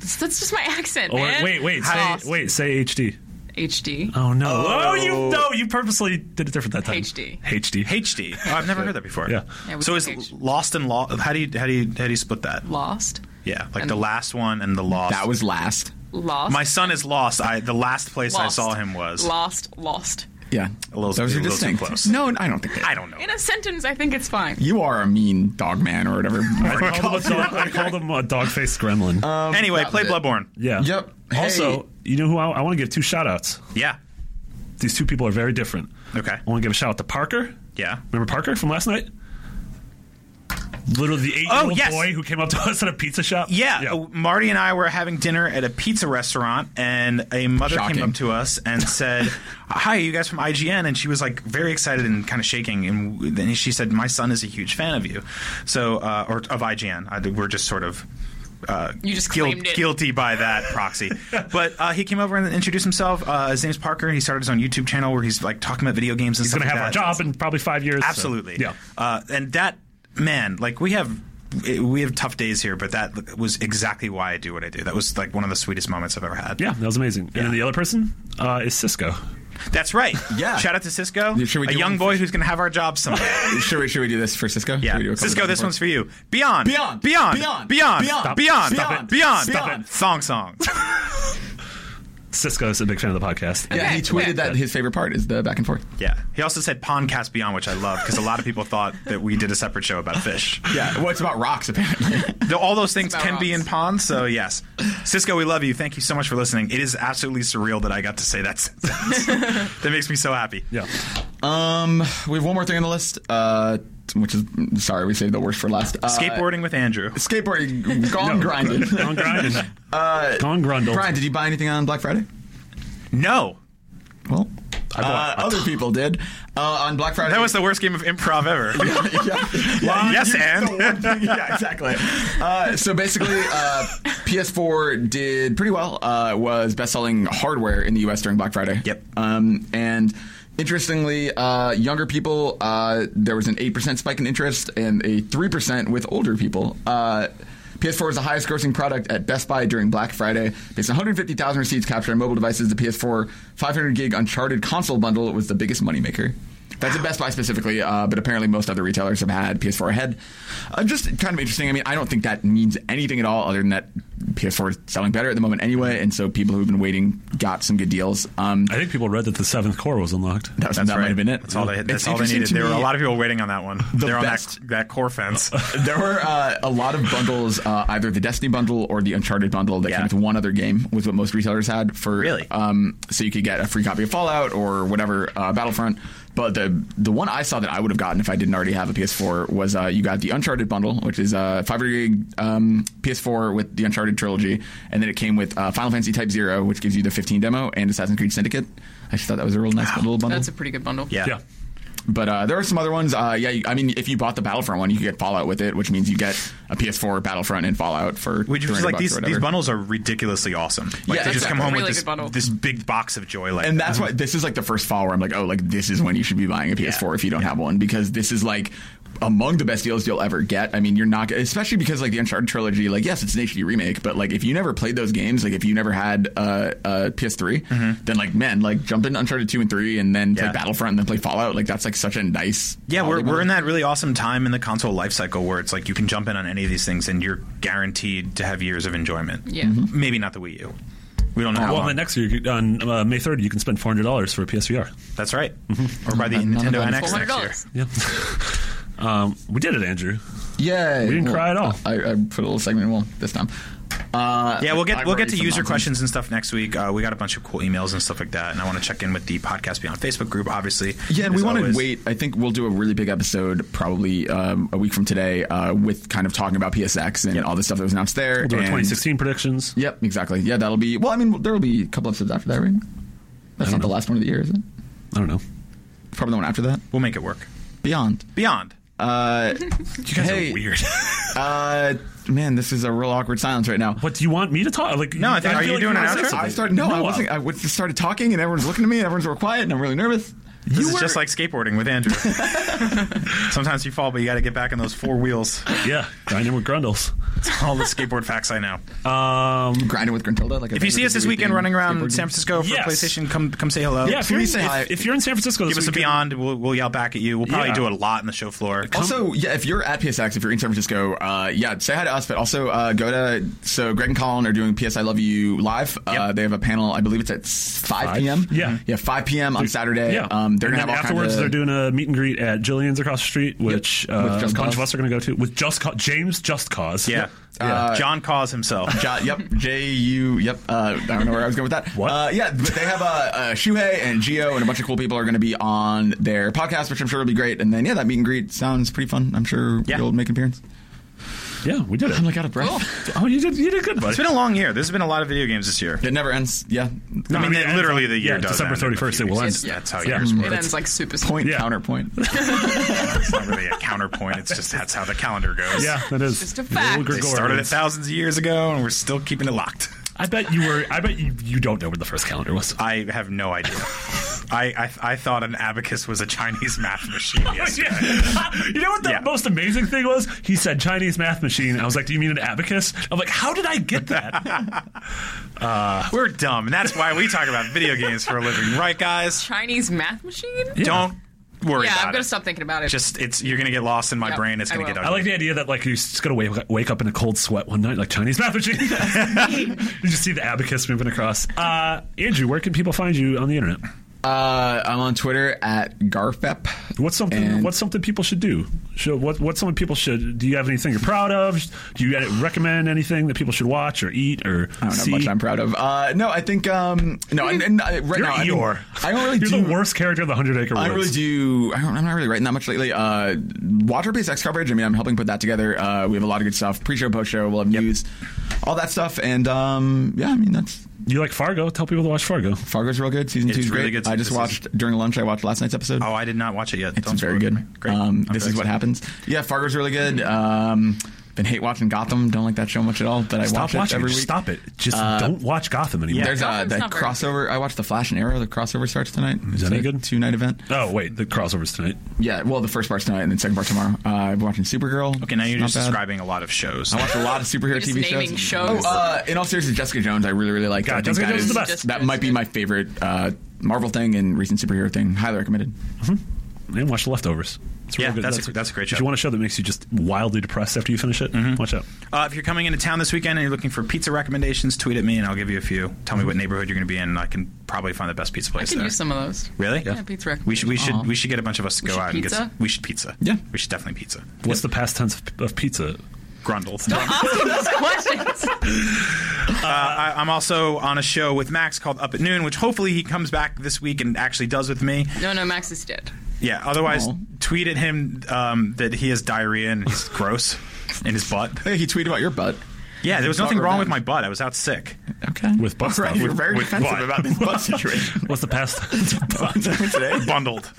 That's, that's just my accent, Or man. Oh, wait, wait, say, Lost. wait, say HD. HD. Oh no! Oh, you no! You purposely did it different that time. HD. HD. HD. Oh, I've never heard that before. Yeah. Yeah, we so is took H. lost and lost. How do you how do you how do you split that? Lost. Yeah, like the last one and the lost. That was last. Lost. my son is lost. I the last place I lost. saw him was. Lost. Lost. Yeah, little- those a are little too distinct. close. No, I don't think. They I don't know. In a sentence, I think it's fine. You are a mean dog man or whatever. I called him a dog. I called him a dog-faced gremlin. Uh, anyway, that play was it. Bloodborne. yeah. Yep. Hey. Also, you know who I, I want to give two shout-outs. Yeah. These two people are very different. Okay. I want to give a shout out to Parker. Yeah. Remember Parker from last night? Literally the eight-year-old Oh, yes. boy who came up to us at a pizza shop. Yeah, uh, Marty and I were having dinner at a pizza restaurant, and a mother Shocking. came up to us and said, "Hi, you guys from IGN?" And she was like very excited and kind of shaking, and then she said, "My son is a huge fan of you, so uh, or of IGN." I, we're just sort of. Uh, You just guil- claimed it. guilty by that proxy, but uh, he came over and introduced himself. Uh, his name's Parker. He started his own YouTube channel where he's like talking about video games and He's stuff going to have like a that. job in probably five years. so- Absolutely. yeah. Uh, and that man, like we have we have tough days here, but that was exactly why I do what I do. That was like one of the sweetest moments I've ever had. Yeah, that was amazing. And then the other person uh, is Cisco. That's right. Yeah. Shout out to Cisco, Yeah, should we a do young one boy for- who's going to have our job someday. should we should we do this for Cisco? Should we do Yeah, a couple Cisco, different this ones? one's for you. Beyond, Beyond. beyond, Beyond. beyond, Stop it. beyond, Stop it. beyond, Stop it. Thong song. Cisco is a big fan of the podcast. Yeah, he Okay, tweeted okay. that his favorite part is the back and forth. yeah. He also said Pondcast Beyond, which I love because a lot of people thought that we did a separate show about fish. Yeah, well, it's about rocks apparently. Though all those things about can be rocks. in ponds, so yes. Cisco, we love you. Thank you so much for listening. It is absolutely surreal that I got to say that sentence. that makes me so happy. Yeah. Um, we have one more thing on the list, uh, which is sorry, we saved the worst for last. Uh, Skateboarding with Andrew. skateboarding, gone grinded. Gone grinding. Gone grundled. Brian, did you buy anything on Black Friday? No. Well, I bought a uh, other people did uh, on Black Friday. That was the worst game of improv ever. yeah, yes, the and. one thing- yeah, exactly. Uh, so basically, uh, PS4 did pretty well. Uh, was best-selling hardware in the U.S. during Black Friday. Yep. Um, and interestingly, uh, younger people uh, there was an eight percent spike in interest and a three percent with older people. Uh, PS4 is the highest grossing product at Best Buy during Black Friday. Based on 150,000 receipts captured on mobile devices, the PS4 500 gig Uncharted console bundle was the biggest moneymaker. That's at Best Buy specifically, uh, but apparently most other retailers have had PS4 ahead. Uh, just kind of interesting. I mean, I don't think that means anything at all, other than that PS4 is selling better at the moment anyway, and so people who've been waiting got some good deals. Um, I think people read that the seventh core was unlocked. that was, that might have been it. That's all they, that's It's all they interesting needed. to There were a me- lot of people waiting on that one. They're on that, best. that core fence. there were uh, a lot of bundles, uh, either the Destiny bundle or the Uncharted bundle that Yeah. came with one other game, was what most retailers had for. Really? Um, so you could get a free copy of Fallout or whatever uh, Battlefront. But the the one I saw that I would have gotten if I didn't already have a PS4 was uh, you got the Uncharted bundle, which is a 500 gig um, PS4 with the Uncharted trilogy, and then it came with uh, Final Fantasy Type Zero, which gives you the 15 demo and Assassin's Creed Syndicate. I just thought that was a real nice little bundle. That's a pretty good bundle. Yeah. Yeah. But uh, there are some other ones. Uh, yeah, you- I mean, if you bought the Battlefront one, you could get Fallout with it, which means you get a PS4 Battlefront and Fallout for Which is 300 like bucks these, or these whatever. bundles are ridiculously awesome. Like Yeah, they just exactly. come home Really with good bundle. this, this big box of joy. Like And that's why this is like the first fall where I'm like, oh, like this is when you should be buying a PS4 if you don't have one because this is like among the best deals you'll ever get. I mean, you're not, especially because like the Uncharted trilogy, like yes, it's an HD remake, but like if you never played those games, like if you never had uh, uh, PS3, then like man, like jump into Uncharted two and three, and then play Mm-hmm. Yeah. Battlefront, and then play Fallout. Like that's like such a nice. Yeah, we're, we're in that really awesome time in the console life cycle where it's like you can jump in on any of these things and you're guaranteed to have years of enjoyment. Yeah. Mm-hmm. Mhm. Maybe not the Wii U. We Oh, don't know how Well, long. then next year, you could- on uh, May 3rd, you can spend $400 for a PSVR. That's right. Mm-hmm. Or by the None of Nintendo them. NX Four hundred next year. dollars. Yeah. um, we did it, Andrew. Yeah, we didn't cry at all. I, I put a little segment in well this time. Uh, Yeah, we'll get I've we'll get already to some user nonsense. questions and stuff next week. Uh, we got a bunch of cool emails and stuff like that, and I want to check in with the podcast beyond Facebook group, obviously. Yeah, and as we want always. to wait. I think we'll do a really big episode probably um, a week from today uh, with kind of talking about PSX and all the stuff that was announced there. We'll do our and- 2016 predictions. Yep, exactly. Yeah, that'll be. Well, I mean, there will be a couple episodes after that, right? That's not the last one of the year, is it? I don't know. Probably the one after that. We'll make it work. Beyond. Beyond. You guys hey, Weird. Uh, man, this is a real awkward silence right now. What do you want me to talk? Like, No, I think- are feel you doing wanna an say outro? something. I started. No, I Noah. wasn't. I was- just started talking, and everyone's looking at me, and everyone's real quiet, and I'm really nervous. This You is were- just like skateboarding with Andrew. Sometimes you fall, but you got to get back on those four wheels. Yeah, grinding with grundles. It's all the skateboard facts I know. Um, grinding with Gruntilda. Like If you see us this weekend running around San Francisco for Yes. PlayStation, come come say hello. uh, yeah, if you're, in, Please say hi. if, if you're in San Francisco, give us a beyond. We'll, we'll yell back at you. We'll probably Yeah. do a lot in the show floor. Also, yeah, if you're at PSX, if you're in San Francisco, uh, yeah, say hi to us. But also uh, go to so Greg and Colin are doing PS I Love You live. Uh, Yep. they have a panel. I believe it's at five, p.m. Yeah. yeah, five p.m. on Saturday. Yeah, um, they're and gonna then have all afterwards. kinda, They're doing a meet and greet at Jillian's across the street, which uh, With Just a bunch Cause. of us are going to go to with just Cause, James Just Cause. yeah, Uh, John Cause himself. Jo- yep, J U. Yep, uh, I don't know where I was going with that. What? Uh, yeah, but they have uh, uh, Shuhei and Geo and a bunch of cool people are going to be on their podcast, which I'm sure will be great. And then yeah, that meet and greet sounds pretty fun. I'm sure Yeah. you'll make an appearance. yeah, we did it. I'm like out of breath. oh, you did, you did good, It's buddy. been a long year. There's been a lot of video games this year. It never ends. Yeah, No, I mean, it that ends literally on- the year yeah, does December end in a 31st. few It will weeks. end. Yeah, that's how Yeah. years It work. ends like super soon. point Yeah. counterpoint. It's not really a counterpoint. It's just that's how the calendar goes. Yeah, that is. Just a The fact. old They started it Gregorians. thousands of years ago, and we're still keeping it locked. I bet you were. I bet you, you don't know where the first calendar was. I have no idea. I, I I thought an abacus was a Chinese math machine. Oh yesterday. Yeah. you know what the Yeah. most amazing thing was? He said Chinese math machine. I was like, "Do you mean an abacus?" I'm like, "How did I get that?" We're dumb, and that's why we talk about video games for a living, right, guys? Chinese math machine. Yeah, Don't worry about I'm gonna it. stop thinking about it. Just it's you're gonna get lost in my Yep, brain. It's I gonna get will. ugly. I like the idea that like you're just gonna wake, wake up in a cold sweat one night, like Chinese math machine. you just see the abacus moving across. Uh, Andrew, where can people find you on the internet? Uh, I'm on Twitter at Garfep. What's something? And- what's something people should do? Should, what? What's something people should? Do you have anything you're proud of? Do you recommend anything that people should watch or eat or I don't know see? much I'm proud of. Uh, no, I think um, no. And, and, uh, right You're now, I don't- Eeyore. I don't really You're do. the worst character of the Hundred Acre Woods. I don't really do. I don't, I'm not really writing that much lately. Uh, Water-based X coverage. I mean, I'm helping put that together. Uh, we have a lot of good stuff. Pre-show, post-show. We'll have news, all that stuff. And um, yeah, I mean that's You like Fargo? Tell people to watch Fargo. Fargo's real good. Season It's two's really great. good I just season. watched during lunch. I watched last night's episode. Oh, I did not watch it yet. It's Don't very spoil it for good. me. Great. Um, I'm this very is excited. what Mm-hmm. happens. Yeah, Fargo's really good. Um, been hate watching Gotham. Don't like that show much at all. But I Stop watch it watching. it. every Just week. Stop it. Just don't watch Gotham anymore. There's uh, Gotham's that not very crossover. I watched the Flash and Arrow. The crossover starts tonight. Is that any good? Two night event. oh wait, the crossovers tonight. Yeah. Well, the first part's tonight, and then second part tomorrow. Uh, I've been watching Supergirl. Okay, now you're Not just bad. describing a lot of shows. I watch a lot of superhero You're just TV naming shows. Oh, uh, in all seriousness, Jessica Jones. I really, really like. God, I think Jessica that Jones is the best. Jessica That Jones might is be good. my favorite uh, Marvel thing and recent superhero thing. Highly recommended. And watch The Leftovers. It's Yeah, that's a- that's a great If show. you want a show that makes you just wildly depressed after you finish it, watch out. Uh, if you're coming into town this weekend and you're looking for pizza recommendations, tweet at me and I'll give you a few. Tell me what neighborhood you're going to be in, and I can probably find the best I pizza place can there. use some of those. Really? Yeah, pizza We should we should Aw. we should get a bunch of us to go should out and get. pizza? Some, we should pizza. Yeah. we should definitely pizza. What's the past tense of, of pizza? Grundle. Asking those questions. Uh, I, I'm also on a show with Max called Up at Noon, which hopefully he comes back this week and actually does with me. No, no, Max is dead. Yeah. Otherwise, Oh. Aw. tweet at him um, that he has diarrhea and he's gross in his butt. Hey, he tweeted about your butt. Yeah, there was Talk nothing wrong revenge. with my butt. I was out sick. Okay. With butt All right, stuff. you're With- very with defensive butt. about this butt situation. What's the past tense? of today. Bundled.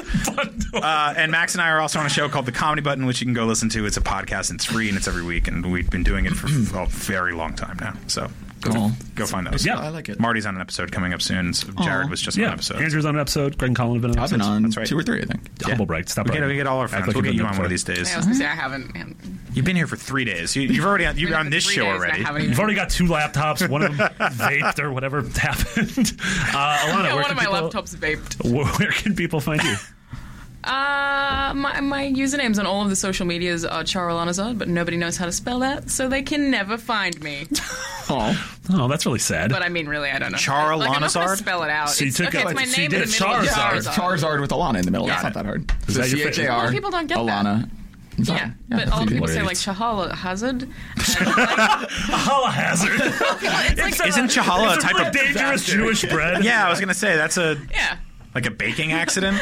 Uh, and Max and I are also on a show called The Comedy Button, which you can go listen to. It's a podcast, and it's free, and it's every week, and we've been doing it for a very long time now. So call. Go find those. Yeah. I like it. Marty's on an episode coming up soon. So Jared was just on Yeah, an episode. Andrew's on an episode. Greg and Colin have been on I've been episodes. on That's right. two or three, I think. Yeah. Hubblebright. Stop We get, writing. we get all our friends. like we'll you've get you been on there one of before. these days. I was gonna say I haven't. haven't You've been here for three days. You, you've already on, you've been been on for this three show days and I already. haven't even- You've already got two laptops. One of them vaped or whatever happened. Uh, Alana, Yeah, where one can of my people, laptops vaped. wh- Where can people find you? Uh, my, my usernames on all of the social medias are Charolanazard, but nobody knows how to spell that, so they can never find me. Oh, Oh, that's really sad. But I mean, really, I don't know. Charlanazard? Like, I'm not gonna spell it out. So you it's, took okay, out- it's my so you did name in the middle of Charizard. Charizard. Charizard with Alana in the middle. Got That's not it. that hard. Is So that your fa- C H A R. Well, people don't get that. Alana. It's not- Yeah, but that's all the easy. people say like Hilarious. Chahala Hazard. And, like, Hala hazard. it's like Isn't Chahala a it's a type real of dangerous Jewish bread. uh, Yeah, I was gonna say that's a Yeah, like a baking accident.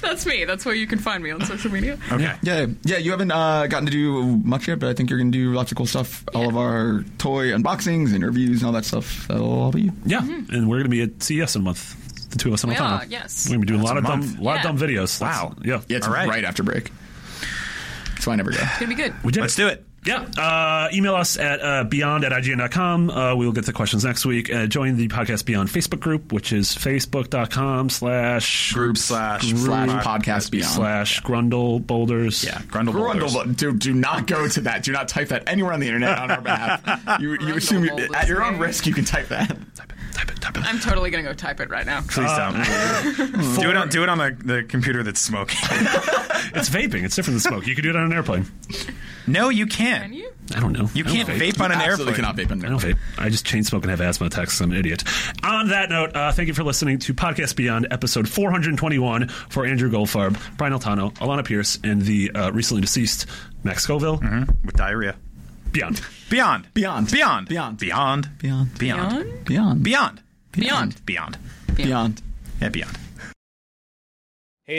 that's me. That's where you can find me on social media. Okay. Yeah, yeah. You haven't uh, gotten to do much yet, but I think you're going to do lots of cool stuff. All of our toy unboxings and reviews and all that stuff. That'll all be you. Yeah, and we're going to be at CES in a month. The two of us in Mm-hmm. We Altana. are, yes. We're going to be doing That's a lot a of month. dumb, lot of Yeah. dumb videos. That's- Wow. yeah. Yeah, it's All right. right. after break. So I never go. It's gonna be good. We did Let's do it. Yeah. Uh, email us at uh, beyond at IGN.com. Uh, we will get the questions next week. Uh, join the Podcast Beyond Facebook group, which is facebook.com slash Group slash Slash pod- podcast beyond. slash Grundle Boulders. Yeah, Grundle. Boulders. Grundle, do, do not go to that. Do not type that anywhere on the internet on our behalf. You, you assume you, Grundle at your own Boulders. risk you can type that. Type it, type it. I'm totally gonna go type it right now. Please don't. do it on do it on the, the computer that's smoking. It's vaping. It's different than smoke. You can do it on an airplane. no, you can't. Can you? I don't know. You I don't can't vape. vape on an Absolutely airplane. cannot vape on I there. don't vape. I just chain smoke and have asthma attacks. I'm an idiot. On that note, uh, thank you for listening to Podcast Beyond, episode 421 for Andrew Goldfarb, Brian Altano, Alana Pierce, and the uh, recently deceased Max Scoville. Mm-hmm. With diarrhea. Beyond. Beyond. Beyond. Beyond. Beyond. Beyond. Beyond. Beyond. Beyond. Beyond. Beyond. Beyond. Beyond. Yeah, beyond. Hey